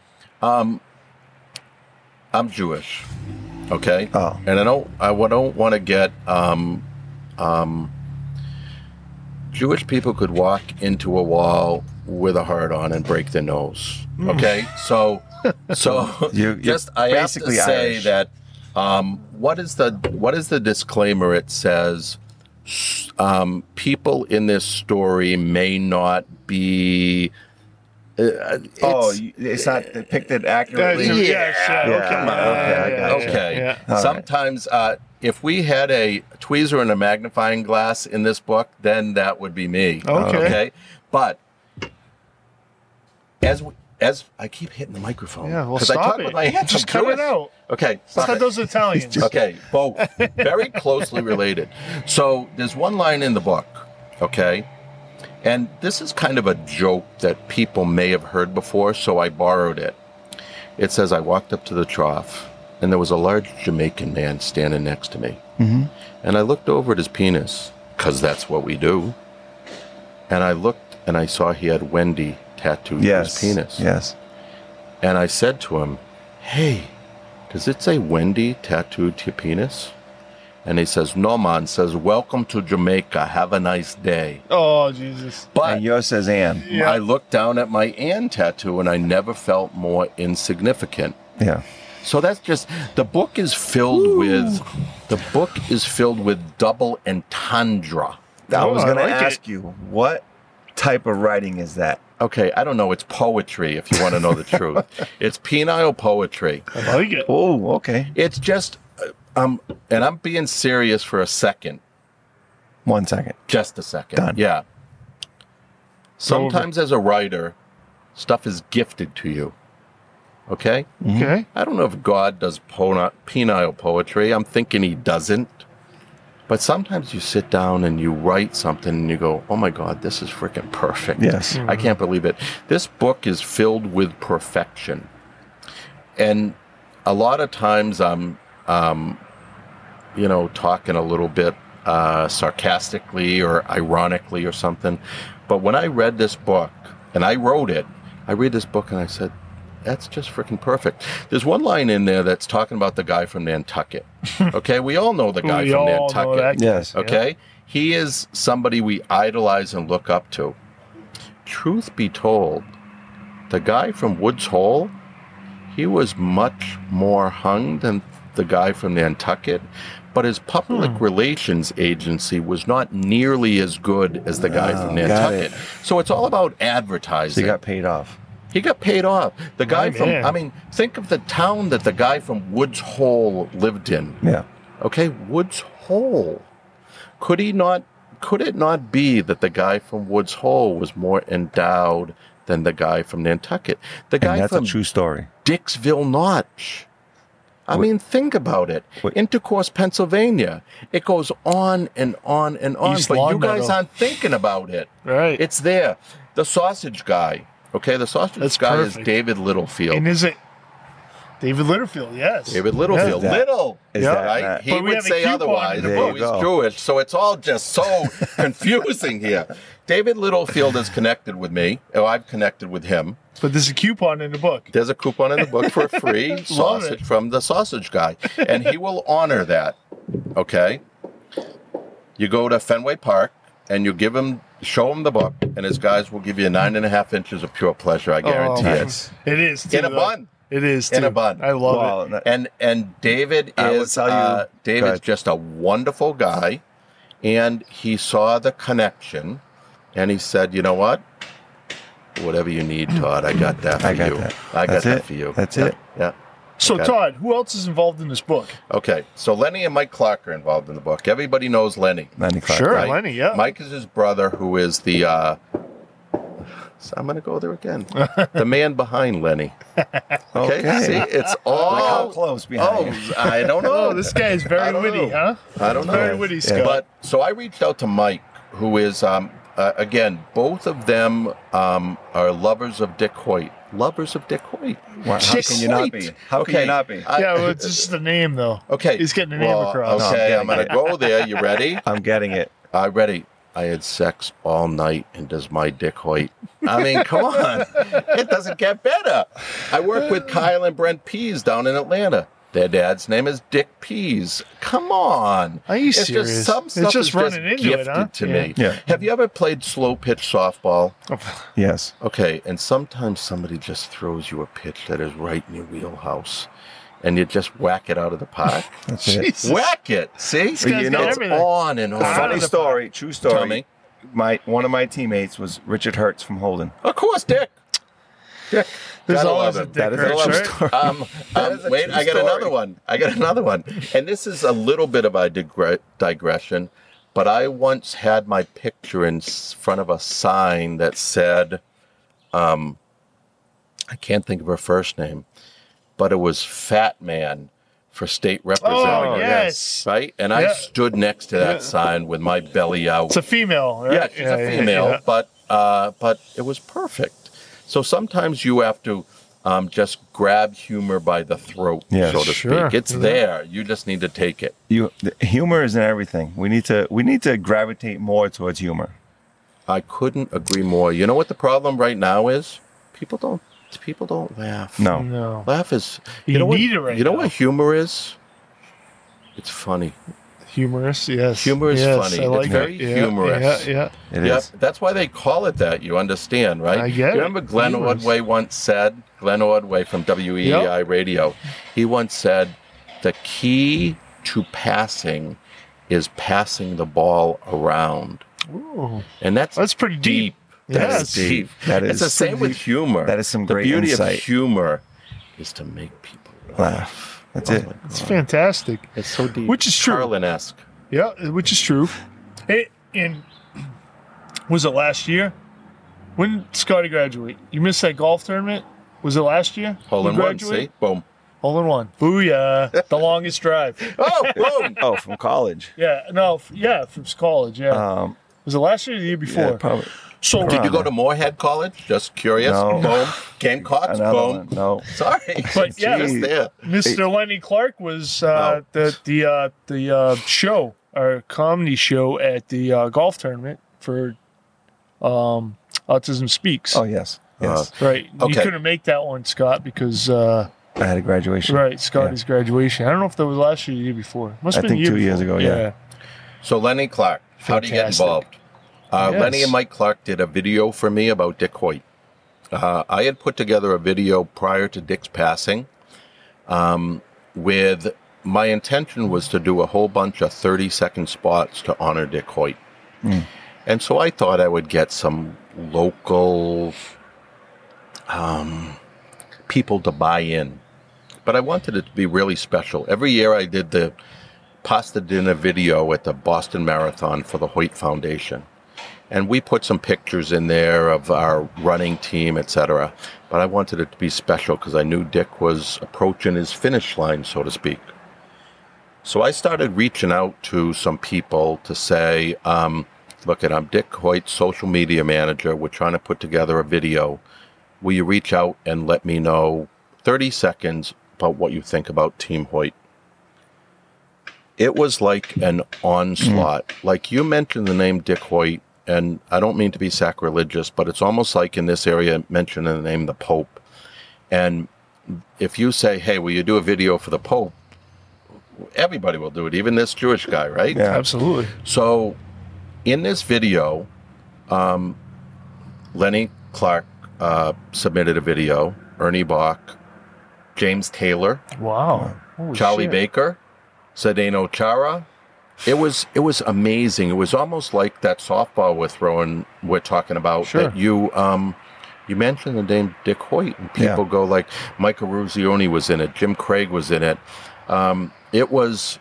D: Um, I'm Jewish. Okay.
C: Oh.
D: And I don't. I wa- don't want to get. Um, um, Jewish people could walk into a wall with a heart on and break their nose. Okay. So. So
C: Hmm. You- you're
D: just I have to
C: basically
D: say
C: Irish.
D: that. Um, what is the what is the disclaimer? It says s- um, people in this story may not be. Uh,
C: Oh,
D: it's-
C: you- it's not depicted
B: Yeah,
C: accurately.
B: yeah,
D: Yeah.
B: yes, yeah,
C: Yeah,
B: okay,
C: come on,
B: yeah,
C: okay, I
B: yeah,
C: gotcha.
B: yeah,
D: Okay.
B: yeah.
C: All right.
D: Sometimes, uh, if we had a tweezer and a magnifying glass in this book, then that would be me.
B: Okay.
D: But as we, as I keep hitting the microphone,
B: Yeah, well,
D: I
B: stop
D: talk
B: it.
D: with my hands.
B: Just
D: I'm
B: cut it
D: Jewish.
B: out.
D: Okay.
B: Let's
D: stop
B: cut
D: it.
B: those Italians.
D: Okay, both very closely related. So there's one line in the book, okay, and this is kind of a joke that people may have heard before, so I borrowed it. It says, "I walked up to the trough, and there was a large Jamaican man standing next to me,
C: Mm-hmm.
D: and I looked over at his penis, cause that's what we do, and I looked and I saw he had Wendy tattooed to
C: Yes.
D: his penis,
C: Yes.
D: and I said to him, Hey, does it say Wendy tattooed to your penis? And he says, No, man, says, Welcome to Jamaica. Have a nice day.
B: Oh Jesus.
D: But
C: And yours says Ann.
B: Yeah.
D: I looked down at my Ann tattoo and I never felt more insignificant.
C: Yeah.
D: So that's just the book is filled with the book is filled with double entendre.
C: I
B: Oh,
C: was
B: I
C: going
B: like
C: to
B: it.
C: ask you, what type of writing is that?
D: Okay, I don't know. It's poetry if you want to know the truth. It's penile poetry.
B: I like it.
C: Oh, okay.
D: It's just, uh, um, and I'm being serious for a second,
C: One second.
D: just a second.
C: Done.
D: Yeah. Sometimes as a writer, stuff is gifted to you. Okay?
C: Mm-hmm.
B: Okay.
D: I don't know if God does pona- penile poetry. I'm thinking he doesn't. But sometimes you sit down and you write something and you go, oh my God, this is freaking perfect.
C: Yes.
D: I can't believe it. This book is filled with perfection. And a lot of times I'm, um, you know, talking a little bit uh, sarcastically or ironically or something. But when I read this book and I wrote it, I read this book and I said, that's just freaking perfect. There's one line in there that's talking about the guy from Nantucket. Okay, we all know the guy
B: We
D: from
B: all know
D: Nantucket.
B: that
C: Yes.
D: Okay? He is somebody we idolize and look up to. Truth be told, the guy from Woods Hole, he was much more hung than the guy from Nantucket, but his public
C: Hmm.
D: relations agency was not nearly as good as the guy from
C: Oh, got it.
D: Nantucket. So it's all about advertising.
C: So you got paid off.
D: He got paid off. The guy
B: Oh,
D: from,
B: man.
D: I mean, think of the town that the guy from Woods Hole lived in.
C: Yeah.
D: Okay, Woods Hole. Could he not? Could it not be that the guy from Woods Hole was more endowed than the guy from Nantucket? The
C: And
D: guy
C: that's a
D: from
C: true story.
D: Dixville Notch. I mean, think about it.
C: Wait.
D: Intercourse, Pennsylvania. It goes on and on and on,
B: East
D: but you
B: Long
D: guys
B: Meadow.
D: aren't thinking about it.
B: Right.
D: It's there. The sausage guy. Okay, the sausage
B: That's
D: guy is
B: perfect.
D: David Littlefield.
B: and is it David Litterfield, yes.
D: David Littlefield,
C: Is that-
D: Little,
C: is
B: Yeah.
C: that
D: right?
C: not-
D: He
B: But we
D: would
B: have a
D: say
B: coupon.
D: otherwise,
C: There
D: but
C: you
D: he's
C: go.
D: Jewish, so it's all just so confusing here. David Littlefield is connected with me. Oh, I've connected with him.
B: But there's a coupon in the book.
D: There's a coupon in the book for a free sausage
B: it.
D: from the sausage guy, and he will honor that. Okay. You go to Fenway Park and you give him, show him the book, and his guys will give you nine and a half inches of pure pleasure. I guarantee
B: Oh, man.
D: it.
B: It is too,
D: In a
B: though.
D: bun.
B: It is too.
D: In a bun.
B: I love it.
C: Well, that-
D: And and David
C: I will
D: is
C: tell you-
D: uh,
C: Go
D: David's
C: ahead.
D: just a wonderful guy, and he saw the connection, and he said, "You know what? Whatever you need, Todd, I got that for
C: I got
D: you.
C: that.
D: I got
C: That's
D: that
C: it.
D: for you.
C: That's
D: Yeah,
C: it.
D: Yeah."
B: So
D: Okay.
B: Todd, who else is involved in this book?
D: Okay, so Lenny and Mike Clark are involved in the book. Everybody knows Lenny.
C: Lenny Clark.
B: Sure.
D: right?
B: Lenny, yeah.
D: Mike is his brother, who is the. Uh, so I'm going to go there again. the man behind Lenny. Okay, see, it's all
C: Like how close behind
D: Oh,
C: you?
D: I don't know.
B: Oh, this guy is
D: I
B: very
D: don't
B: witty,
D: know.
B: huh?
D: I don't know.
B: Very witty, Scott.
D: But so I reached out to Mike, who is um, uh, again, both of them um, are lovers of Dick Hoyt. Lovers of Dick Hoyt.
C: Wow, how
D: Dick
C: can you not
D: Hoyt.
C: be? How can
D: Okay,
C: you not be?
D: I-
B: yeah, well, it's just the name though.
D: Okay.
B: He's getting the name
D: well,
B: across.
C: No, I'm
D: Okay,
C: getting
D: I'm going
C: Oh, it.
D: to go there. You ready?
C: I'm getting it.
D: I ready. I had sex all night, and does my dick hoit? I mean, come on, it doesn't get better. I work with Kyle and Brent Pease down in Atlanta. Their dad's name is Dick Pease. Come on,
B: Are you
D: it's
B: serious?
D: Just some
B: It's
D: stuff
B: just
D: is
B: running
D: just
B: into it,
D: gifted
B: huh?
D: to
B: Yeah. Oh,
D: me.
C: Yeah.
D: Have you ever played slow pitch softball?
C: Yes.
D: Okay, and sometimes somebody just throws you a pitch that is right in your wheelhouse, and you just whack it out of the park.
C: That's it.
B: Jesus.
D: whack it, see?
B: guy's
D: You know,
B: got
D: it's
B: everything.
D: on and on.
B: Out
C: Funny
B: of the
C: story. True story.
D: Tell me.
C: My one of my teammates was Richard Hertz from Holden.
D: Of course, Dick. Dick.
B: There's
D: Gotta
B: always
D: love
B: a
D: him.
B: Dick
C: That is a
B: Hertz,
C: love
B: right?
C: story.
D: Um, um,
C: is a
D: wait,
C: true
D: I got
C: story.
D: another one. I got another one. And this is a little bit of a digre- digression, but I once had my picture in s- front of a sign that said, um, I can't think of her first name, but it was Fat Man for state
B: Oh
D: representative.
B: yes.
D: Right? And I
B: Yeah.
D: stood next to that
B: Yeah.
D: sign with my belly out.
B: It's a female, right?
D: Yeah, she's a female,
B: yeah.
D: but uh, but it was perfect. So sometimes you have to um, just grab humor by the throat,
C: Yeah.
D: so to
B: Sure.
D: speak. It's
B: Yeah.
D: there. You just need to take it.
C: You the humor is in everything. We need to we need to gravitate more towards humor.
D: I couldn't agree more. You know what the problem right now is? People don't. People don't laugh.
C: No.
B: No.
D: Laugh is.
B: You
D: know
B: need
D: what,
B: it right
D: Oh. You know
B: now.
D: what humor is? It's funny.
B: Humorous, yes.
D: Humor is
B: Yes,
D: funny.
B: I
D: It's
B: like
D: very
B: it. Yeah,
D: humorous.
B: Yeah, yeah.
C: It is.
D: Yep, that's why they call it that. You understand, right?
B: I get it.
D: you remember Glenn
B: Humorous.
D: Ordway once said, Glenn Ordway from WEEI Radio, he once said, the key to passing is passing the ball around.
B: Ooh.
D: And that's
B: That's pretty deep.
D: That's
B: Yes.
D: deep.
C: That
D: it's
C: is
D: the same with humor.
C: that is some
D: the
C: great
D: beauty
C: insight.
D: of humor is to make people laugh.
C: That's
D: Oh
C: it.
D: my
B: It's
D: God.
B: fantastic.
D: It's so deep.
B: Which is true.
D: Carlin-esque.
B: Yeah, which is true. It, and was it last year? When did Scotty graduate? You missed that golf tournament? Was it last year?
D: Hole
B: You
D: in one, see?
B: graduated?
D: Boom.
B: Hole in one. Booyah. the longest drive.
D: Oh, boom.
C: Oh, from college.
B: Yeah, no, f- yeah, from college, yeah.
C: Um,
B: was it last year or the year before?
C: yeah, probably
B: so,
D: Did you
C: Probably.
D: go to Moorhead College? Just curious.
C: No.
D: Boom. Gamecocks.
C: another
D: boom.
C: one. No.
D: Sorry.
B: But, yeah.
D: just there.
B: Mr. Lenny Clark was uh,
D: Oh.
B: the the uh, the uh, show, our comedy show at the uh, golf tournament for um, Autism Speaks.
C: Oh yes.
D: Uh,
C: Yes.
B: Right, you
D: Okay.
B: couldn't make that one, Scott, because uh,
C: I had a graduation.
B: right, Scotty's graduation. I don't know if that was last year, or the year before. Must
C: I
B: have been
C: think
B: the year
C: two years
B: before.
C: ago, yeah.
D: So Lenny Clark, how do you get
B: Fantastic.
D: involved? Uh,
B: Yes.
D: Lenny and Mike Clark did a video for me about Dick Hoyt. Uh, I had put together a video prior to Dick's passing um, with my intention was to do a whole bunch of 30 second spots to honor Dick Hoyt. And so I thought I would get some local um, people to buy in. But I wanted it to be really special. Every year I did the pasta dinner video at the Boston Marathon for the Hoyt Foundation. And we put some pictures in there of our running team, etc. But I wanted it to be special because I knew Dick was approaching his finish line, so to speak. So I started reaching out to some people to say, um, look, it, I'm Dick Hoyt, social media manager. We're trying to put together a video. Will you reach out and let me know 30 seconds about what you think about Team Hoyt. It was like an onslaught. Like you mentioned the name Dick Hoyt, and I don't mean to be sacrilegious, but it's almost like in this area mentioning the name the Pope. And if you say, "Hey, will you do a video for the Pope?" Everybody will do it, even this Jewish guy, right?
C: Yeah.
B: Absolutely.
D: So, in this video, um, Lenny Clark uh, submitted a video. Ernie Bach, James Taylor,
B: Wow. Holy
D: Charlie
B: Oh, shit.
D: Baker, Sedano Chara. It was it was amazing. It was almost like that softball we're throwing. We're talking about
B: Sure.
D: that you um, you mentioned the name Dick Hoyt, and people go like Michael Ruzioni was in it, Jim Craig was in it. Um, it was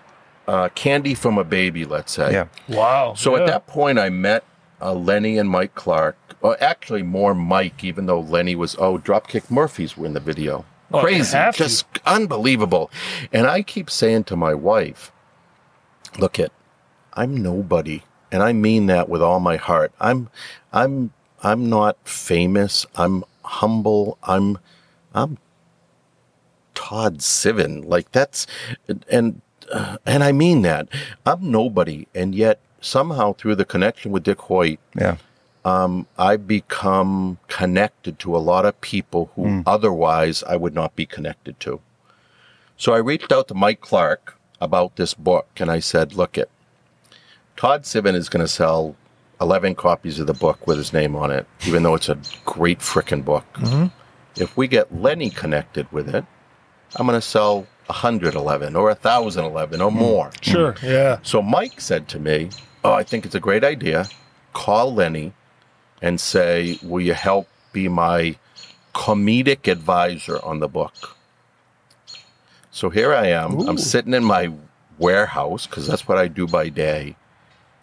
D: uh, candy from a baby, let's say.
C: Yeah.
B: Wow.
D: So
B: yeah.
D: at that point, I met uh, Lenny and Mike Clark. Or actually, more Mike, even though Lenny was oh, Dropkick Murphys were in the video.
B: Oh, they
D: Crazy,
B: have to.
D: just unbelievable. And I keep saying to my wife, "Look it, I'm nobody, and I mean that with all my heart. I'm, I'm, I'm not famous. I'm humble. I'm, I'm Todd Sivan. Like that's, and uh, and I mean that. I'm nobody, and yet somehow through the connection with Dick Hoyt,
C: Yeah.
D: um, I've become connected to a lot of people who otherwise I would not be connected to. So I reached out to Mike Clark about this book, and I said, "Look, it Todd Sivan is going to sell." 11 copies of the book with his name on it, even though it's a great frickin' book. If we get Lenny connected with it, I'm going to sell 111 or 1,011 or more.
B: Sure. Yeah.
D: So Mike said to me, Oh, I think it's a great idea. Call Lenny and say, Will you help be my comedic advisor on the book? So here I am. I'm sitting in my warehouse because that's what I do by day.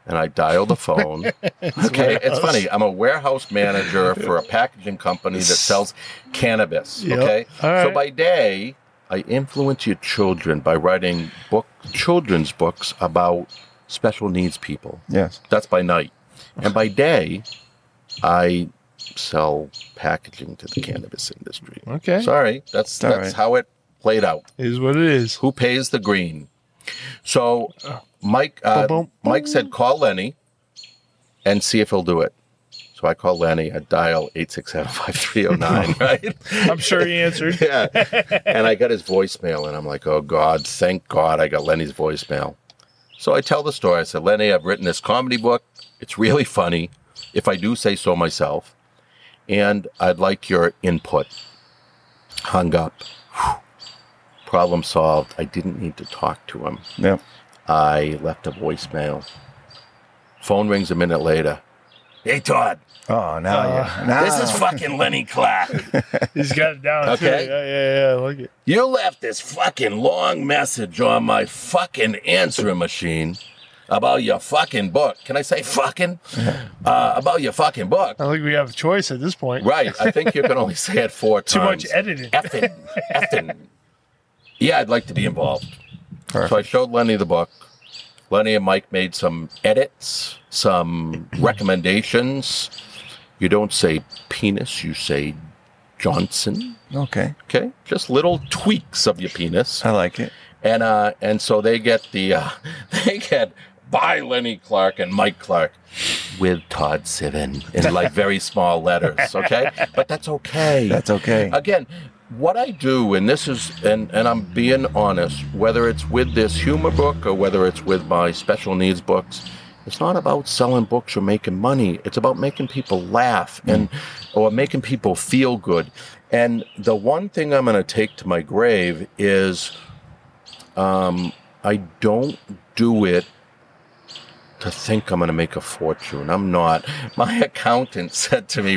D: And I dial the phone. okay, it's funny. I'm a warehouse manager for a packaging company that sells cannabis.
B: Yep.
D: Okay,
B: All
D: so
B: right.
D: by day, I influence your children by writing book children's books about special needs people.
C: Yes.
D: That's by night. And by day, I sell packaging to the cannabis industry.
B: Okay.
D: Sorry, that's
C: All
D: that's
C: right.
D: how it played out.
B: Is what it is.
D: Who pays the green? So Mike uh,
B: Ba-boom.
D: Mike said call Lenny and see if he'll do it. So I call Lenny, I dial 867-5309, right?
B: I'm sure he answered.
D: yeah. And I got his voicemail, and I'm like, oh God, thank God I got Lenny's voicemail. So I tell the story. I said, Lenny, I've written this comedy book. It's really funny, if I do say so myself. And I'd like your input. Hung up. Whew. Problem solved. I didn't need to talk to him.
C: Yeah.
D: I left a voicemail. Phone rings a minute later. Hey, Todd,
C: Oh, now yeah. Now.
D: this is fucking Lenny Clark.
B: He's got it down. too.
D: Okay.
B: Yeah, yeah, yeah. I like it.
D: You left this fucking long message on my fucking answering machine about your fucking book. Can I say fucking? Uh, about your fucking book.
B: I don't think we have a choice at this point.
D: Right. I think you can only say it four
B: Too
D: times.
B: much editing.
D: Effing. Effing. Yeah, I'd like to be involved. So I showed Lenny the book. Lenny and Mike made some edits, some recommendations. You don't say penis, you say Johnson.
C: okay.
D: Okay, just little tweaks of your penis,
C: I like it.
D: and uh, and so they get the uh, they get by Lenny Clark and Mike Clark with Todd Sivan in like very small letters. Okay, but that's okay.
C: That's okay.
D: Again, what I do, and this is, and and I'm being honest, whether it's with this humor book or whether it's with my special needs books. It's not about selling books or making money. It's about making people laugh and or making people feel good. And the one thing I'm going to take to my grave is um, I don't do it to think I'm going to make a fortune. I'm not. My accountant said to me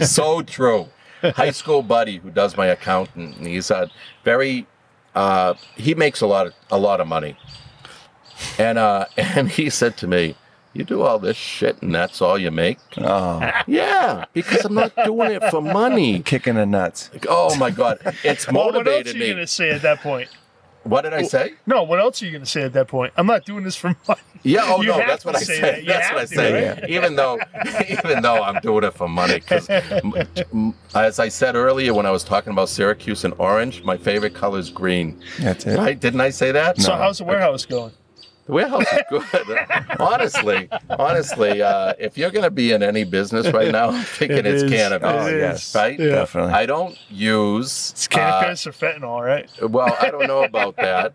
D: so true. High school buddy who does my accountant, and he's a very uh, he makes a lot of a lot of money. And uh, and he said to me, "You do all this shit, and that's all you make."
C: Oh,
D: Yeah, because I'm not doing it for money.
C: kicking the nuts.
D: Oh my god,
B: Well,
D: it's
B: what else are
D: motivated
B: you
D: me.
B: gonna say at that point?
D: What did I say?
B: No, what else are you going to say at that point? I'm not doing this for money.
D: Yeah, oh
B: You
D: no,
B: have
D: that's
B: to
D: what I
B: say
D: say.
B: that. You
D: That's
B: have
D: what I
B: to,
D: say.
B: right?
D: Even though, even though I'm doing it for money, because as I said earlier when I was talking about Syracuse and orange, my favorite color is green.
C: That's it.
D: Right? Didn't I say that?
B: So how's the warehouse going?
D: The warehouse is good. honestly, honestly, uh, if you're going to be in any business right now, I'm thinking
B: It
D: it's
B: is.
D: cannabis.
B: It
C: Oh,
B: is.
C: yes.
D: Right?
B: Yeah.
C: Definitely.
D: I don't use.
B: It's cannabis or fentanyl, right?
D: uh, well, I don't know about that.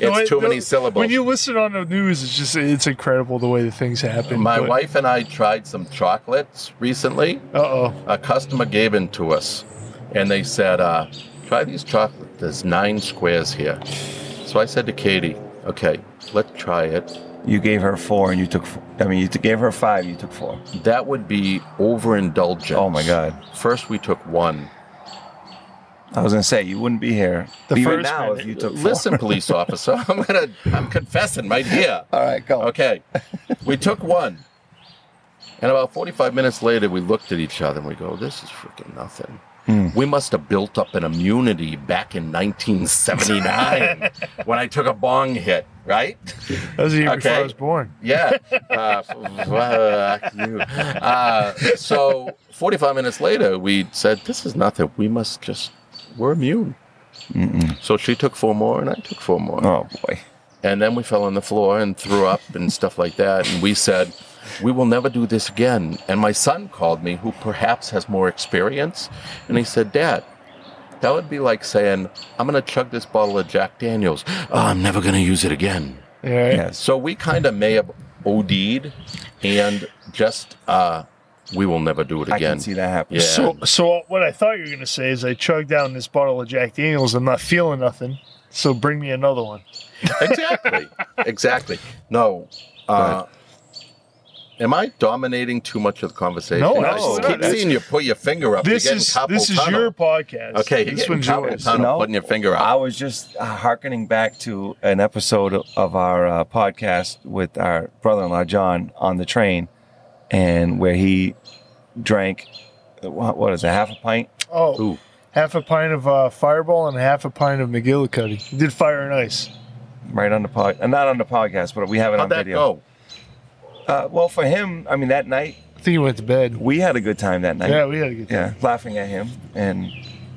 B: No, it-
D: too
B: no,
D: many syllables.
B: When you listen on the news, it's just it's incredible the way the things happen.
D: My wife and I tried some chocolates recently.
B: Uh oh.
D: a customer gave in to us and they said, uh, try these chocolate. There's nine squares here. So I said to Katie, okay, let's try it.
C: You gave her four, and you took. Four. I mean, you t- gave her five. You took four.
D: That would be overindulgence.
C: Oh my God!
D: First, we took one.
C: I was gonna say you wouldn't be here
B: The
C: even
B: first
C: now
B: minute-
C: if you took four.
D: Listen, police officer, I'm gonna, I'm confessing right here.
C: All right, go.
D: Okay, we took one, and about 45 minutes later, we looked at each other and we go, "This is freaking nothing." We must have built up an immunity back in 1979 when I took a bong hit, right?
B: That was the year before I
D: Okay.
B: was born.
D: Yeah. Uh, fuck you. Uh, so 45 minutes later, we said, This is nothing. We must just, we're immune. So she took four more, and I took four more.
C: Oh boy.
D: And then we fell on the floor and threw up and stuff like that. And we said, we will never do this again. And my son called me, who perhaps has more experience. And he said, Dad, that would be like saying, I'm going to chug this bottle of Jack Daniels. Oh, I'm never going to use it again.
B: Yeah. right?
C: Yes.
D: So we kind of may have OD'd and just, uh, we will never do it
C: I
D: again.
C: can see that happen.
D: Yeah.
B: So, so what I thought you were gonna say is I chugged down this bottle of Jack Daniels. I'm not feeling nothing, so bring me another one.
D: exactly. Exactly. No. Uh, Am I dominating too much of the conversation?
B: No,
D: I
B: absolutely
D: keep
B: not.
D: seeing you put your finger up.
B: This
D: you're getting
B: is
D: carpal
B: this is
D: tunnel.
B: your podcast.
D: Okay, you're
B: this
D: getting
B: one's
D: carpal
B: yours.
D: tunnel,
C: No.
D: putting your finger
C: I
D: up.
C: was just uh, hearkening back to an episode of our uh, podcast with our brother-in-law John on the train, and where he drank uh, what, what is it, half a pint?
B: Oh,
D: Ooh.
B: half a pint of uh, Fireball and half a pint of McGillicuddy. You did Fire and Ice.
C: Right on the pod, uh, not on the podcast, but we have it
D: How'd
C: on
D: that
C: video.
D: go?
C: Uh, well, for him, I mean, that night
B: I think you went to bed.
C: we had a good time that night.
B: Yeah, we had to get.
C: yeah, laughing at him and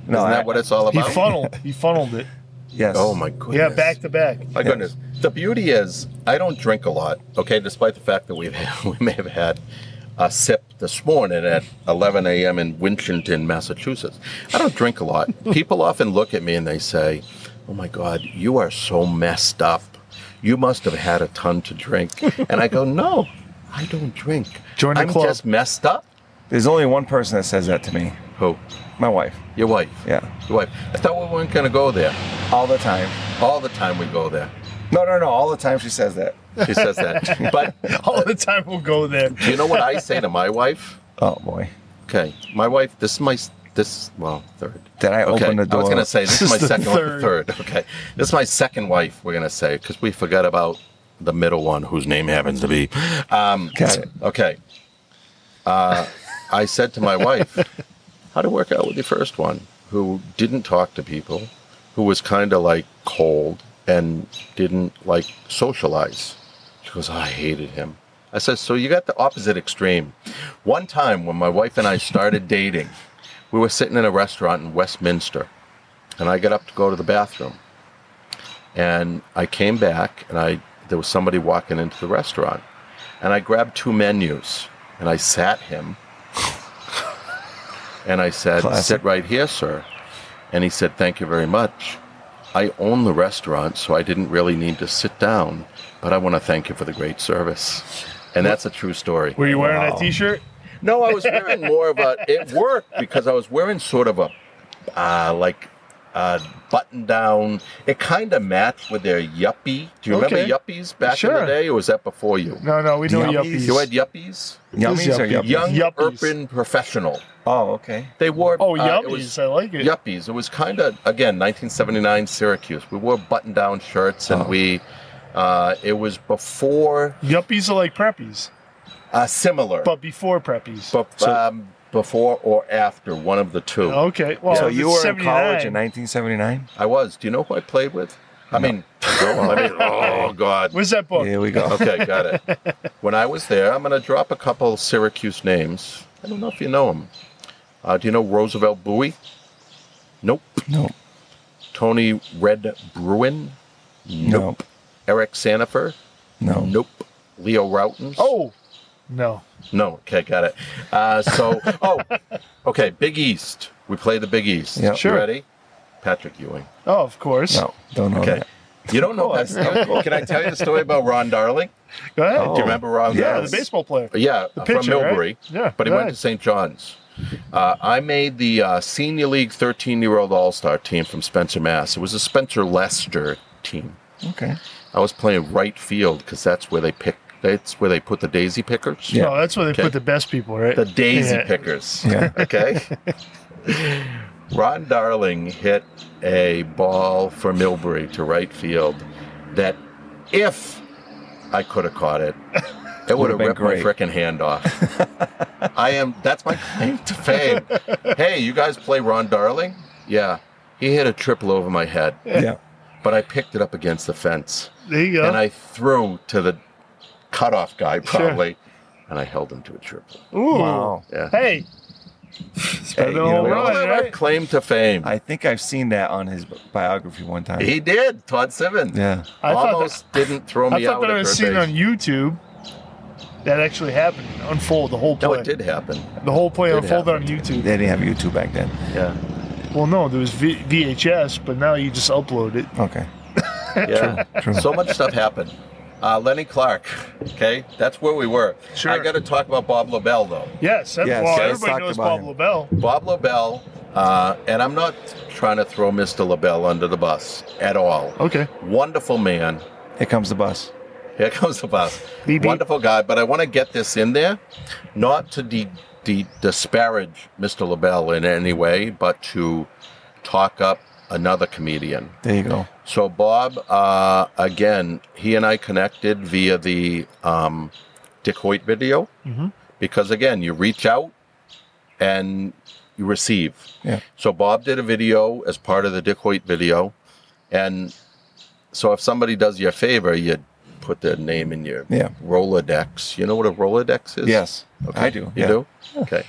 C: no,
D: Isn't
C: I-
D: that what it's all
B: He
D: about?
B: funneled. He funneled it.
C: yes.
D: Oh my goodness.
B: Yeah, back to back.
D: My goodness. The beauty is, I don't drink a lot. Okay, despite the fact that we've we may have had a sip this morning at 11 a.m. in Winchton, Massachusetts. I don't drink a lot. People often look at me and they say, "Oh my God, you are so messed up. You must have had a ton to drink." And I go, "No, I don't drink.
B: Join the
D: I'm
B: club."
D: just messed up."
C: There's only one person that says that to me.
D: Who?
C: My wife.
D: Your wife.
C: Yeah.
D: Your wife. I thought we weren't going to go there.
C: All the time.
D: All the time we go there.
C: No, no, no. All the time she says that.
D: She says that. But
B: All the time we'll go there.
D: you know what I say to my wife?
C: Oh boy.
D: Okay, my wife. This is my s- this. Well, third.
C: Did I
D: Okay,
C: open the
D: I
C: door?
D: was gonna say this
B: This
D: is my
B: is the
D: second
B: third.
D: third. Okay, this is my second wife. We're gonna say because we forgot about the middle one, whose name happens to be. Um,
C: Got it.
D: okay. Uh, I said to my wife, "How to work out with the first one, who didn't talk to people, who was kind of like cold and didn't like socialize." She goes, "Oh, "I hated him." I said, "So you got the opposite extreme." One time when my wife and I started dating, we were sitting in a restaurant in Westminster, and I got up to go to the bathroom and I came back and I there was somebody walking into the restaurant and I grabbed two menus and I sat him and I said
C: Classic.
D: sit right here sir and he said thank you very much I own the restaurant so I didn't really need to sit down but I want to thank you for the great service and that's a true story
B: Were you wearing
C: Wow.
B: that T-shirt?
D: no, I was wearing more of a. It worked because I was wearing sort of a, uh, like, a button down. It kind of matched with their yuppie. Do you remember
B: Okay.
D: yuppies back in
B: Sure.
D: the day, or was that before you?
B: No, no, we know
C: Yuppies.
B: yuppies.
D: You had yuppies,
C: Yummies or
B: yuppie.
C: yummies?
D: young
B: Yuppies.
D: urban professional.
C: Oh, okay.
D: They wore.
B: Oh,
D: uh,
B: yummies!
D: it was-
B: I like it.
D: yuppies. It was kind of again 1979 Syracuse. We wore button down shirts, and
C: Oh.
D: we. Uh, it was before
B: Yuppies are like preppies,
D: uh, similar,
B: but before preppies.
D: Bef-
C: So-
D: um, before or after one of the two.
B: okay, well,
C: so
B: if
C: you
B: it's
C: were in college
B: 79,
C: in 1979?
D: I was. Do you know who I played with? I mean, let me, oh God.
B: Where's that book?
C: Here we go.
D: Okay, got it. When I was there, I'm going to drop a couple Syracuse names. I don't know if you know them. Uh, do you know Roosevelt Bowie? Nope.
C: No,
D: Tony Red Bruin?
C: no,
D: Eric Sanifer?
C: no.
D: Nope. Leo Routens?
B: Oh, no.
D: No. Okay, got it. Uh, so, oh, okay, Big East. We play the Big East.
C: Yeah.
D: You
B: Sure.
D: ready? Patrick Ewing.
B: Oh, of course.
C: No, don't know
D: Okay.
C: that.
D: You don't know
C: Oh, course,
D: Patrick Ewing? Can I tell you the story about Ron Darling?
B: Go ahead.
D: Do you remember Ron
C: Yeah,
B: yeah,
D: Darling?
B: the baseball player.
D: Oh, Yeah, from
B: pitcher, right?
D: Millbury.
B: Yeah,
D: but he went
B: right.
D: to St. John's. Uh, I made the uh, senior league 13 year old All Star team from Spencer, Mass. It was a Spencer Lester team.
C: Okay.
D: I was playing right field because that's where they pick. That's where they put the daisy pickers.
C: Yeah.
B: No, that's where they
D: Okay.
B: put the best people, right?
D: The daisy
B: Yeah.
D: pickers.
C: Yeah.
D: Okay. Ron Darling hit a ball for Milbury to right field that if I could have caught it, it would
C: Would've
D: have
C: been
D: ripped
C: great.
D: my frickin' hand off. I am, that's my claim to fame. Hey, you guys play Ron Darling? Yeah. He hit a triple over my head,
C: Yeah.
D: but I picked it up against the fence
B: There you go.
D: and I threw to the cutoff guy, probably, and I held him to a triple.
B: Ooh.
C: Wow.
D: Yeah.
B: Hey,
C: Hey, you
B: than a
C: know
B: home
C: what?
B: run.
D: Well,
B: right?
D: I claim to fame.
C: I think I've seen that on his bi- biography one time.
D: He did, Todd Simmons.
C: Yeah.
B: I thought that-
D: Almost didn't throw
B: I
D: me
B: thought
D: out.
B: that
D: at
B: I was seeing
D: third
B: on
D: base.
B: YouTube. That actually happened. Unfold the whole play.
D: No, it did happen.
B: The whole play
D: Did
B: unfolded on
D: happen.
B: YouTube.
C: They didn't have YouTube back then.
D: Yeah,
B: Well, no, there was v- VHS, but now you just upload it.
C: Okay.
D: yeah.
C: True.
D: so much stuff happened. Uh, Lenny Clark. Okay, that's where we were.
B: Sure.
D: I got to talk about Bob Lobel though.
B: Yes, that's,
C: Yes,
B: well,
C: yes,
B: everybody
C: talked
B: knows
C: about
B: Bob
C: him.
B: LaBelle.
D: Bob Lobel, uh, and I'm not trying to throw Mr. Lobel under the bus at all.
B: Okay.
D: Wonderful man.
C: Here comes the bus.
D: Here comes the bus.
B: Beep, beep.
D: Wonderful guy, but I want to get this in there, not to de- de- disparage Mr. LaBelle in any way, but to talk up another comedian.
C: There you go.
D: So Bob, uh, again, he and I connected via the um, Dick Hoyt video
C: Mm-hmm.
B: Mhm.
D: because again, you reach out and you receive.
C: Yeah.
D: So Bob did a video as part of the Dick Hoyt video, and so if somebody does you a favor, you put their name in your
C: Yeah.
D: Rolodex. You know what a Rolodex is?
C: Yes.
D: Okay.
C: I do.
D: You
C: Yeah. Uh,
D: do? Okay.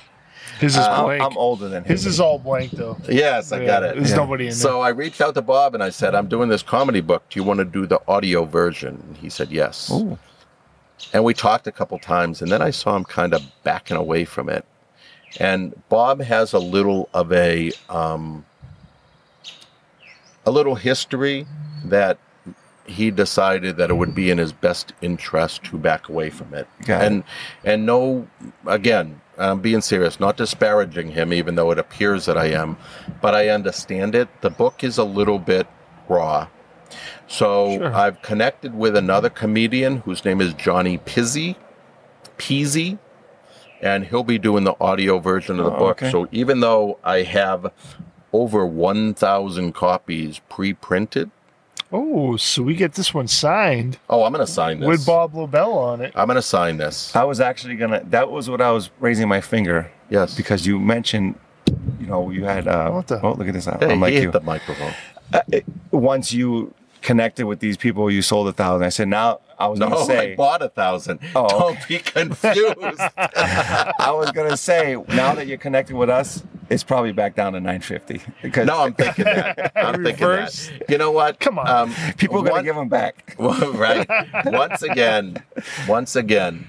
B: His is
D: Uh,
C: I'm,
B: blank.
C: I'm older than him.
B: His is all blank, though.
D: Yes, I got
B: Yeah,
D: it.
B: There's
C: Yeah.
B: nobody in there.
D: So I reached out to Bob and I said, I'm doing this comedy book. Do you want to do the audio version? And he said, yes.
C: Ooh.
D: And we talked a couple times, and then I saw him kind of backing away from it. And Bob has a little of a um, a little history that he decided that it would be in his best interest to back away from it.
C: Got it.
D: and and no, again, I'm being serious, not disparaging him, even though it appears that I am, but I understand it. The book is a little bit raw. So
B: Sure.
D: I've connected with another comedian whose name is Johnny Pizzi, Peasy, and he'll be doing the audio version of the
C: Oh,
D: book.
C: okay.
D: So even though I have over 1,000 copies pre printed,
B: oh, so we get this one signed
D: oh, I'm going to sign this.
B: with Bob LaBelle on it.
D: I'm going to sign this.
C: I was actually gonna. That was what I was raising my finger
D: Yes.
C: because you mentioned. You know, you had. Uh,
B: What the-
C: Oh, look at this. I-
D: Hey,
C: I'm like
D: he hit
C: you.
D: the microphone.
C: Once you connected with these people, you sold a thousand. I said, now I was
D: No,
C: gonna say.
D: I bought a thousand.
C: Oh,
D: Don't be confused.
C: I was gonna say. Now that you're connected with us, it's probably back down to 950 because
D: no, I'm thinking that. I'm thinking
B: Reverse.
D: that. You know what? Um,
B: Come on.
C: people are gonna
D: one-
C: give them back.
D: Well, right. Once again, once again,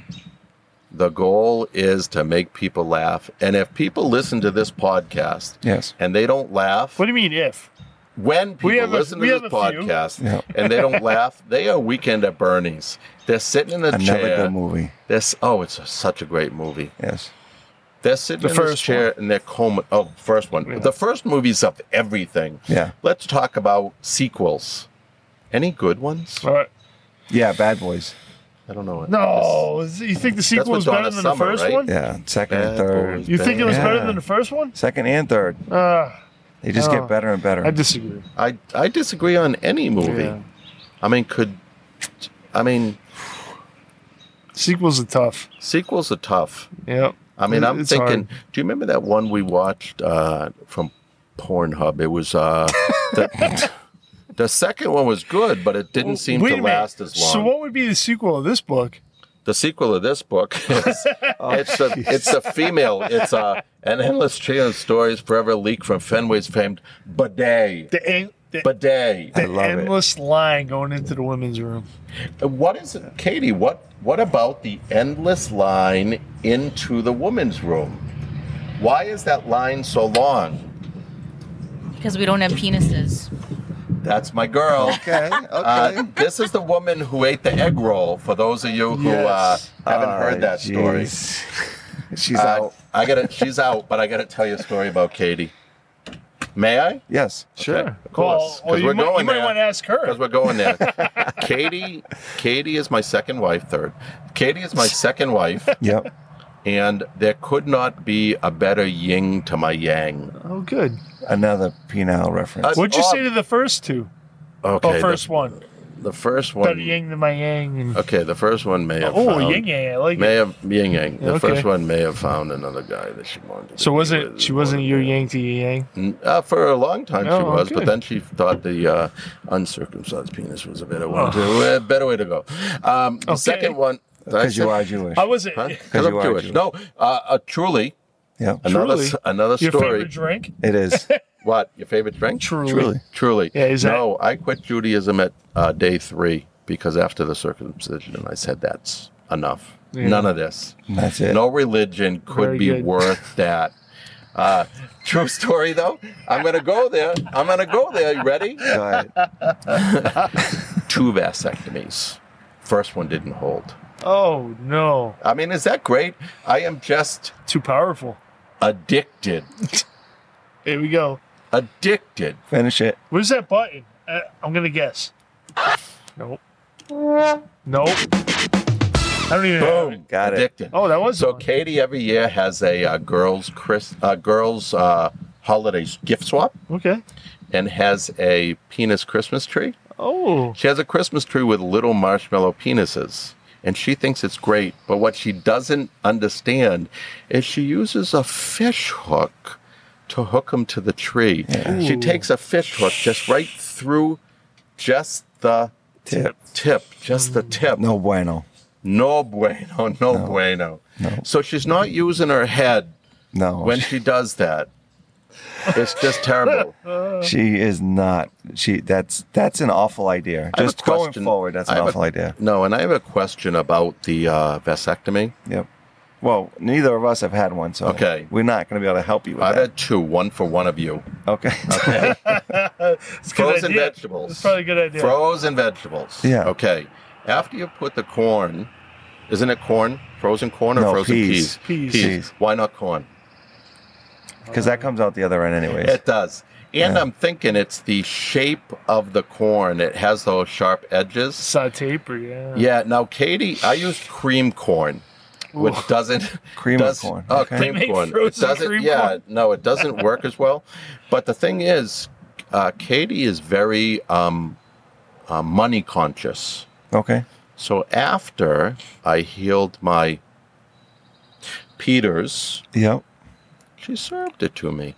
D: the goal is to make people laugh. And if people listen to this podcast
C: Yes.
D: and they don't laugh,
B: What do you mean if?
D: when
B: We
D: people
B: have a-
D: listen
B: we
D: to
B: have
D: this
B: a few.
D: podcast
C: Yeah.
D: and they don't laugh, they are weekend at Bernie's. They're sitting in a
C: Another
D: chair.
C: good movie.
D: This oh, it's such a great movie.
C: Yes.
D: They're sitting in this
B: first
D: chair and they're combing. Oh, first one. The first movies of everything.
C: Yeah.
D: Let's talk about sequels. Any good ones?
B: All right.
C: Yeah. Bad Boys.
D: I don't know.
B: No, is- you think the sequel was
D: with
B: better
D: Donna
B: than the
D: Summer,
B: first
D: right?
B: one?
C: Yeah. Second and
D: Bad
C: third.
D: Boys.
B: You think it was better
C: Yeah.
B: than the first one?
C: Second and third.
B: Uh,
C: They just
B: Oh.
C: get better and better.
B: I disagree.
D: I I disagree on any movie.
B: Yeah.
D: I mean, could I mean
B: Sequels are tough.
D: sequels are tough.
B: Yeah.
D: I mean, I'm
B: It's
D: thinking.
B: hard.
D: Do you remember that one we watched uh, from Pornhub? It was uh, the, The second one was good, but it didn't seem
B: Wait
D: to
B: a minute.
D: last as long.
B: So, what would be the sequel of this book?
D: the sequel of this book is it's a it's a female it's a an endless chain of stories forever leaked from Fenway's famed bidet
B: The, en- the,
D: bidet.
B: the
C: love it.
B: endless line going into the women's room.
D: What is it, Katie? What what about the endless line into the woman's room? Why is that line so long?
E: Because we don't have penises.
D: That's my girl.
C: Okay. Okay.
D: Uh, this is the woman who ate the egg roll. For those of you who
B: Yes.
D: uh, haven't
C: Oh,
D: heard that story,
C: jeez. She's
D: Uh,
C: out.
D: I gotta. She's out, but I gotta tell you a story about Katie. May I?
C: Yes.
D: Okay, Of course.
B: Well, well,
D: Because
B: you
D: we're
B: might, you
D: going
B: might want to
D: there.
B: ask her.
D: Because we're going there. Katie, Katie is my second wife. Third, Katie is my second wife,
C: Yep.
D: and there could not be a better yin to my yang.
B: Oh, good.
C: Another penile reference.
D: Uh,
B: What'd you
D: Oh,
B: say to the first two?
D: Okay,
B: oh, first
D: the,
B: one.
D: the first
B: Better
D: one.
B: yang than my yang. And,
D: Okay, the first one may have.
B: oh,
D: found,
B: yin yang. I like
D: May
B: it.
D: have yin yang. The
B: Okay.
D: first one may have found another guy that she wanted. to
B: So
D: be
B: was
D: with,
B: it? She wasn't
D: wanted
B: your
D: to-
B: yang to your yang.
D: Uh, for a long time she
B: Oh,
D: was, but
B: okay.
D: then she thought the uh, uncircumcised penis was a better one, to, a better way to go. Um, the
B: Oh. Okay.
D: second one,
C: Because you are Jewish.
B: I wasn't.
D: Huh?
C: Because
D: Because
C: you
D: I'm
C: are
D: Jewish.
C: Jewish.
D: No, uh, uh, truly,
C: Yeah.
D: another
B: Truly?
D: s- another
B: Your
D: story.
B: favorite drink?
C: It is.
D: What your favorite drink?
B: Truly.
C: Truly.
D: Truly.
B: Yeah, is that-
D: no, I quit Judaism at uh, day three because after the circumcision, I said that's enough. None of this.
C: That's it.
D: No religion could
B: Very
D: be
B: good.
D: worth that. Uh, true story though. I'm gonna go there. I'm gonna go there. You ready?
C: Go ahead.
D: Two vasectomies. First one didn't hold.
B: Oh no,
D: I mean, is that great? I am just
B: too powerful.
D: addicted.
B: Here we go.
D: Addicted.
C: Finish it.
B: Where's that button? Uh, I'm gonna guess. Nope. Nope. I don't even.
D: Boom.
C: Got it.
D: Addicted.
B: Oh, that was
D: So
B: one.
D: Katie every year has a uh, girls Chris uh, girls uh, holiday gift swap
B: Okay.
D: and has a penis Christmas tree.
B: Oh.
D: She has a Christmas tree with little marshmallow penises, and she thinks it's great. But what she doesn't understand is she uses a fish hook to hook them to the tree. She takes a fish hook just right through, just the
C: Tip. Mm.
D: tip, just the tip.
C: No bueno.
D: No bueno, no, bueno. So she's not using her head
C: No.
D: when she does that. It's just terrible.
C: she is not. She. That's that's an awful idea.
D: I have a
C: Just going
D: question.
C: forward, that's
D: I
C: an
D: have a-
C: awful idea.
D: No, and I have a question about the uh, vasectomy.
C: Yep. Well, neither of us have had one, so
D: Okay.
C: we're not going to be able to help you with
D: I've
C: that.
D: had two, one for one of you.
C: Okay.
B: It's a good
D: Frozen
B: idea.
D: vegetables.
B: It's probably a good idea.
D: Frozen vegetables.
C: Yeah.
D: Okay. After you put the corn, isn't it corn? Frozen corn or
C: No,
D: frozen
C: peas.
B: Peas.
D: peas?
C: Peas.
D: Why not corn?
C: Because that comes out the other end, anyways.
D: It does. And I'm thinking it's the shape of the corn. It has those sharp edges.
B: Saute, yeah.
D: Yeah. Now, Katie, I used cream corn, which doesn't
C: Cream of
D: does-
C: corn,
D: Oh,
C: okay.
B: They
D: cream
B: make
D: corn. It
B: frozen
D: doesn't.
B: cream
D: yeah.
B: corn.
D: No, it doesn't work as well. But the thing is, uh, Katie is very um, uh, money conscious.
C: okay.
D: So after I healed my Peters,
C: Yep.
D: she served it to me.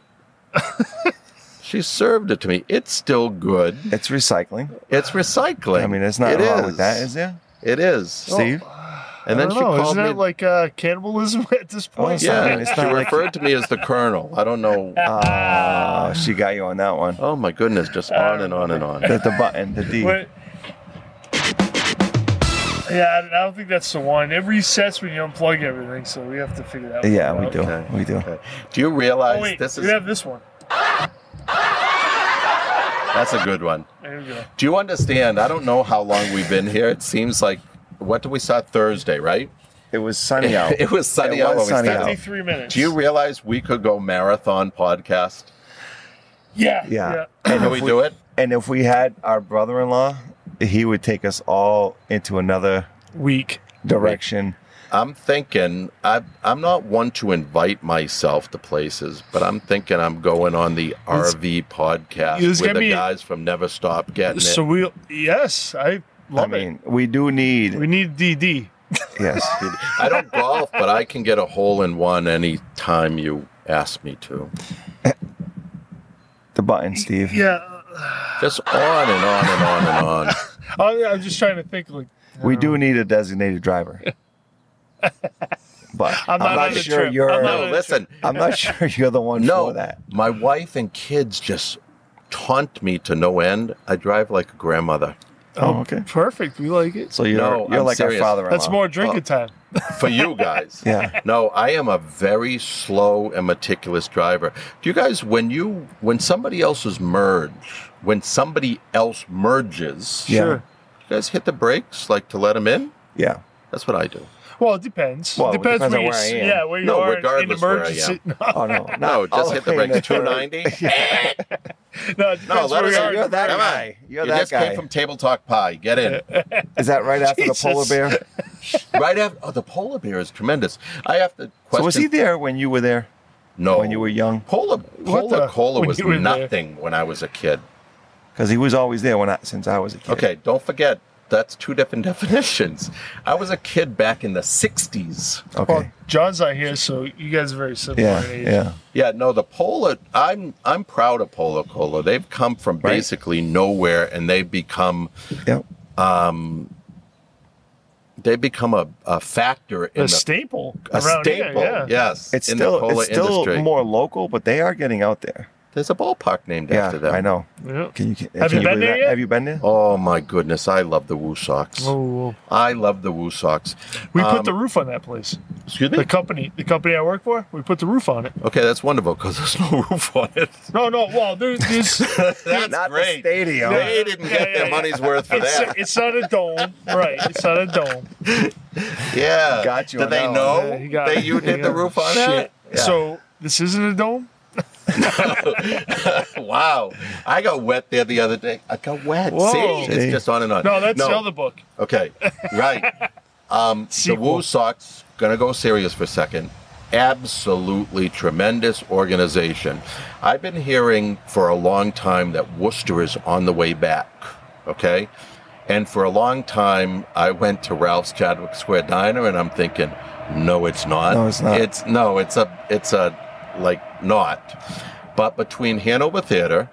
D: she served it to me. It's still good.
C: It's recycling.
D: It's recycling.
C: I mean, it's not
D: It
C: wrong with that,
D: is. Oh.
C: is there?
D: It is.
C: Steve?
D: and
B: I
D: then
B: don't
D: she
B: know.
D: called
B: Isn't
D: me. Oh,
B: that like uh, cannibalism at this point?
C: yeah. I
D: yeah,
C: mean, it's
D: she
C: not like-
D: referred to me as the Colonel. I don't know.
C: Ah, she got you on that one.
D: oh my goodness, just
C: Uh,
D: on and on and on.
C: The, the button, the D.
B: Wait. Yeah, I don't- I don't think that's the one. It resets when you unplug everything, so we have to figure that.
C: Yeah,
B: one
C: we
B: out.
C: do. We do.
D: Okay. Do you
B: Oh
D: realize
B: wait,
D: this
B: we
D: is
B: have this one.
D: that's a good one?
B: There we go.
D: Do you understand? I don't know how long we've been here. It seems like what did we start Thursday, right?
C: It was sunny out.
D: It was sunny
C: It
D: out
C: was
D: when
C: sunny
D: we started.
C: out.
B: Fifty-three minutes.
D: Do you realize we could go marathon podcast?
B: Yeah.
C: Yeah.
D: Can we,
C: we-
D: do it?
C: and if we had our brother-in-law, he would take us all into another
B: Week.
C: direction.
D: I'm thinking I I'm not one to invite myself to places, but I'm thinking I'm going on the RV podcast
B: it's
D: with
B: gonna
D: the
B: be-
D: guys from Never Stop Getting It.
B: So we. Yes, I love
C: I mean, we do need
B: it. We need DD.
C: yes.
D: I don't golf, but I can get a hole in one any time you ask me to.
C: The button, Steve.
B: Yeah.
D: Just on and on and on and on.
B: I'm, I'm just trying to think. Like,
C: We
B: Um,
C: do need a designated driver. But
B: I'm
C: I'm not,
B: not on the
C: sure
B: trip.
C: you're.
B: I'm
C: I'm
B: not
C: not,
D: No, listen.
C: sure you're the one
D: No,
C: for that.
D: my wife and kids just taunt me to no end. I drive like a grandmother.
C: Oh, okay.
B: perfect. We like it.
C: So you're
D: No,
C: you're
D: I'm
C: like
D: serious.
C: our father-in-law.
B: That's more drinking time.
D: Oh. For you guys.
C: Yeah.
D: No, I am a very slow and meticulous driver. Do you guys when you when somebody else's merge, when somebody else merges,
C: Yeah.
B: Sure.
D: you guys hit the brakes like to let them in?
C: Yeah.
D: That's what I do.
B: Well, it depends.
C: Well, it
B: depends,
C: depends
B: where
C: on
B: you,
C: where I
B: s-
C: am.
B: yeah, where you
D: No,
B: are in
D: regardless where I
B: emergency.
C: Oh no. Not
D: No,
C: all
D: just hit the
C: way in
D: brakes.
C: third.
D: 290.
B: No, it depends
D: No, oh let
B: where you
D: us in.
B: are.
C: You're that
D: Come on.
C: guy. You're
D: you
C: that
D: just
C: guy.
D: came from Table Talk Pie. Get in.
C: Is that right after
B: Jesus.
C: the polar bear?
D: right after oh, the polar bear is tremendous. I have to question Oh.
C: So was he there when you were there?
D: No.
C: when you were young?
D: Polar Polar
B: the-
D: Cola
B: when
D: was
B: you were there?
D: nothing when I was a kid.
C: Because he was always there when I, since I was a kid.
D: Okay, don't forget that's two different definitions. I was a kid back in the '60s.
C: Okay.
B: Well, John's not here, so you guys are very similar
C: yeah.
B: in age.
C: Yeah.
D: Yeah, no, the Polar. I'm I'm proud of Polar Cola. They've come from
C: Right.
D: basically nowhere, and they've become
C: Yep.
D: they become a, a factor in
B: A
D: the,
B: staple.
D: a
B: around here,
D: staple.
B: yeah.
D: Yes,
C: It's
D: in the
C: still
D: cola
C: it's still
D: industry.
C: more local, but they are getting out there.
D: There's a ballpark named after
C: yeah,
D: them.
C: I know.
B: Yeah.
C: Can you can,
B: Have
C: can
B: you been there
C: believe that?
B: yet?
C: Have you been there?
D: Oh my goodness, I love the Woo Socks.
B: Oh,
D: I love the Woo Socks.
B: we put
D: Um,
B: the roof on that place.
D: Excuse
B: The
D: me.
B: company, the company I work for, we put the roof on it.
D: Okay, that's wonderful because there's no roof on it.
B: No, no. Well, there, there's
D: That's
C: Not
D: great.
C: the stadium.
D: They
B: Yeah,
D: didn't get
B: yeah,
D: their
B: yeah.
D: money's worth for
B: it's,
D: that.
B: it's not a dome, right? It's not a dome.
D: Yeah.
C: Got you
D: Did
C: on
D: they
C: that one.
D: know
B: Yeah, he got
D: that
B: it.
D: you
B: He
D: did the
B: got it.
D: roof on
B: Shit.
D: that?
B: So this isn't a dome.
D: Wow. I got wet there the other day. I got wet.
B: Whoa.
D: See?
C: See?
D: It's just on and on.
B: No, that's the other book.
D: Okay. Right. Um, the
B: Sequel.
D: Woo Sox, gonna go serious for a second. Absolutely tremendous organization. I've been hearing for a long time that Worcester is on the way back. Okay. And for a long time, I went to Ralph's Chadwick Square Diner, and I'm thinking, no, it's not.
C: No, it's not.
D: It's no, it's a, it's a, like not. But between Hanover Theater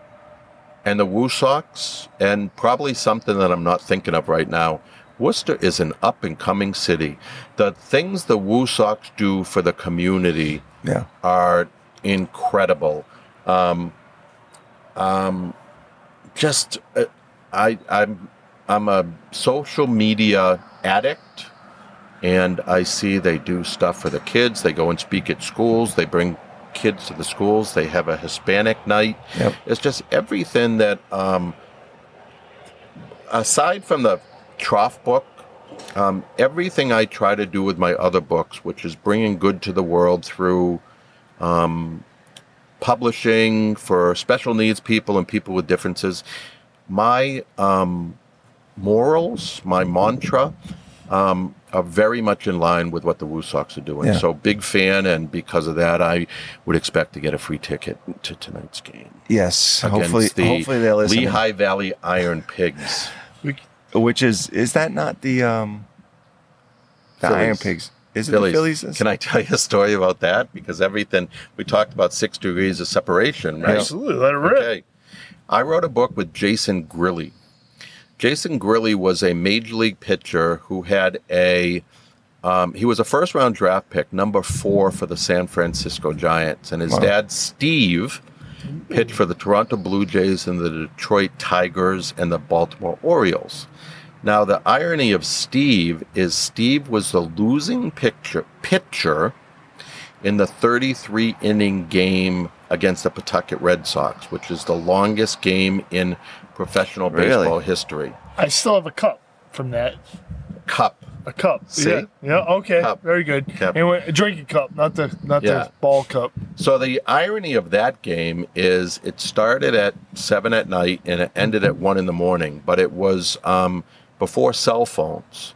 D: and the Woo Sox, and probably something that I'm not thinking of right now. Worcester is an up and coming city. The things the Woo Sox do for the community
C: Yeah.
D: are incredible. Um, um, just uh, I I'm I'm a social media addict, and I see they do stuff for the kids. They go and speak at schools. They bring kids to the schools. They have a Hispanic night.
C: Yep.
D: It's just everything that, um, aside from the trough book, um, everything I try to do with my other books, which is bringing good to the world through um, publishing for special needs people and people with differences, my um, morals, my mantra, um, are very much in line with what the Woo Sox are doing.
C: Yeah.
D: So, big fan, and because of that, I would expect to get a free ticket to tonight's game
C: Yes.
D: against
C: Hopefully,
D: the
C: hopefully they're listening.
D: Lehigh Valley Iron Pigs.
B: We,
C: Which is is that not the um the
D: Phillies.
C: Iron Pigs? Is it the Phillies?
D: Can I tell you a story about that? Because everything we talked about six degrees of separation, right?
B: absolutely, let it rip.
D: Okay. I wrote a book with Jason Grilly. Jason Grilly was a major league pitcher who had a um, he was a first round draft pick, number four for the San Francisco Giants, and his
C: Wow.
D: dad Steve pitched for the Toronto Blue Jays and the Detroit Tigers and the Baltimore Orioles. Now the irony of Steve is Steve was the losing picture pitcher in the 33 inning game against the Pawtucket Red Sox, which is the longest game in professional
C: Really?
D: baseball history.
B: I still have a cup from that.
D: Cup.
B: A cup.
D: See?
B: Yeah. Yeah. Okay.
D: Cup.
B: Very good.
D: Cup.
B: Anyway, a drinking cup, not the not
D: Yeah.
B: the ball cup.
D: So the irony of that game is it started at seven at night and it ended at one in the morning, but it was um, before cell phones.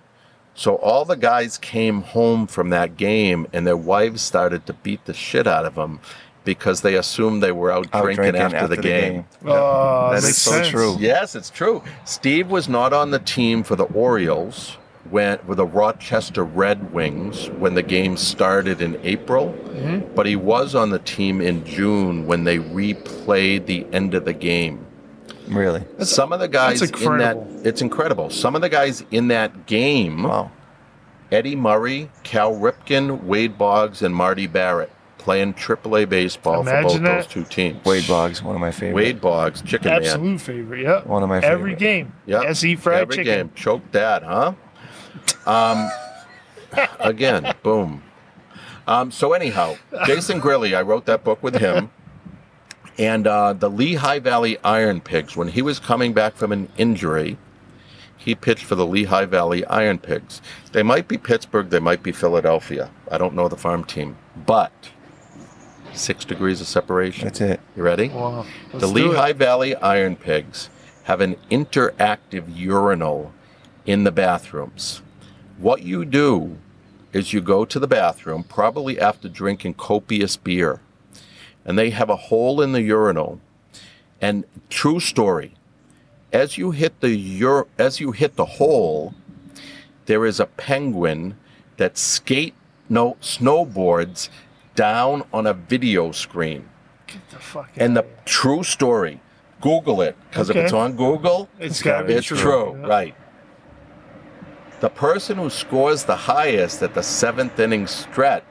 D: So all the guys came home from that game and their wives started to beat the shit out of them because they assumed they were out,
C: Out
D: drinking, after, the, game.
B: Uh,
C: That
B: makes
C: is so
B: sense.
C: true.
D: Yes, it's true. Steve was not on the team for the Orioles when with the Rochester Red Wings when the game started in April,
B: Mm-hmm.
D: but he was on the team in June when they replayed the end of the game.
C: Really?
D: Some of the guys
B: that's
D: in that
B: incredible.
D: it's incredible. Some of the guys in that game,
C: Wow.
D: Eddie Murray, Cal Ripken, Wade Boggs, and Marty Barrett playing AAA baseball for both
B: Imagine
D: those
B: that.
D: two teams.
C: Wade Boggs, one of my favorite.
D: Wade Boggs, Chicken Man.
B: Absolute favorite. Yeah.
C: One of my
B: Every
C: favorite.
B: game.
D: Yeah.
B: SE E fried
D: Every
B: chicken.
D: game. Choke that, huh? Um, again, boom. Um, so anyhow, Jason Grilly, I wrote that book with him. And uh, the Lehigh Valley Iron Pigs, when he was coming back from an injury, he pitched for the Lehigh Valley Iron Pigs. They might be Pittsburgh, they might be Philadelphia. I don't know the farm team, but six degrees of separation.
C: That's it.
D: You ready?
B: Wow.
D: the
B: Let's do it.
D: Lehigh Valley Iron Pigs have an interactive urinal in the bathrooms. What you do is you go to the bathroom, probably after drinking copious beer, and they have a hole in the urinal. And true story, as you hit the ur- as you hit the hole, there is a penguin that skate no snowboards down on a video screen.
B: Get the fuck
D: And
B: out
D: the
B: of here.
D: true story, Google it, because
B: Okay.
D: if it's on Google,
B: it's gotta be
D: it's
B: true.
D: true,
B: Yeah.
D: right? The person who scores the highest at the seventh inning stretch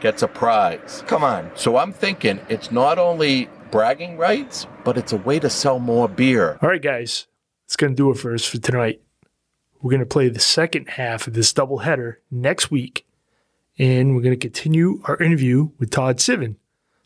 D: gets a prize.
C: Come on.
D: So I'm thinking it's not only bragging rights, but it's a way to sell more beer.
B: All right, guys, that's going to do it for us for tonight. We're going to play the second half of this doubleheader next week, and we're going to continue our interview with Todd Sivan.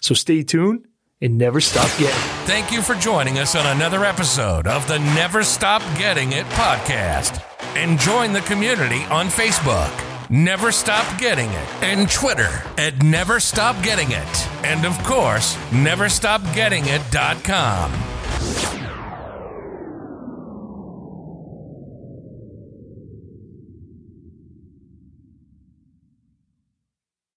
B: So stay tuned and never stop getting.
A: Thank you for joining us on another episode of the Never Stop Getting It podcast. And join the community on Facebook, Never Stop Getting It, and Twitter at Never Stop Getting It. And of course, NeverStopGettingIt.com.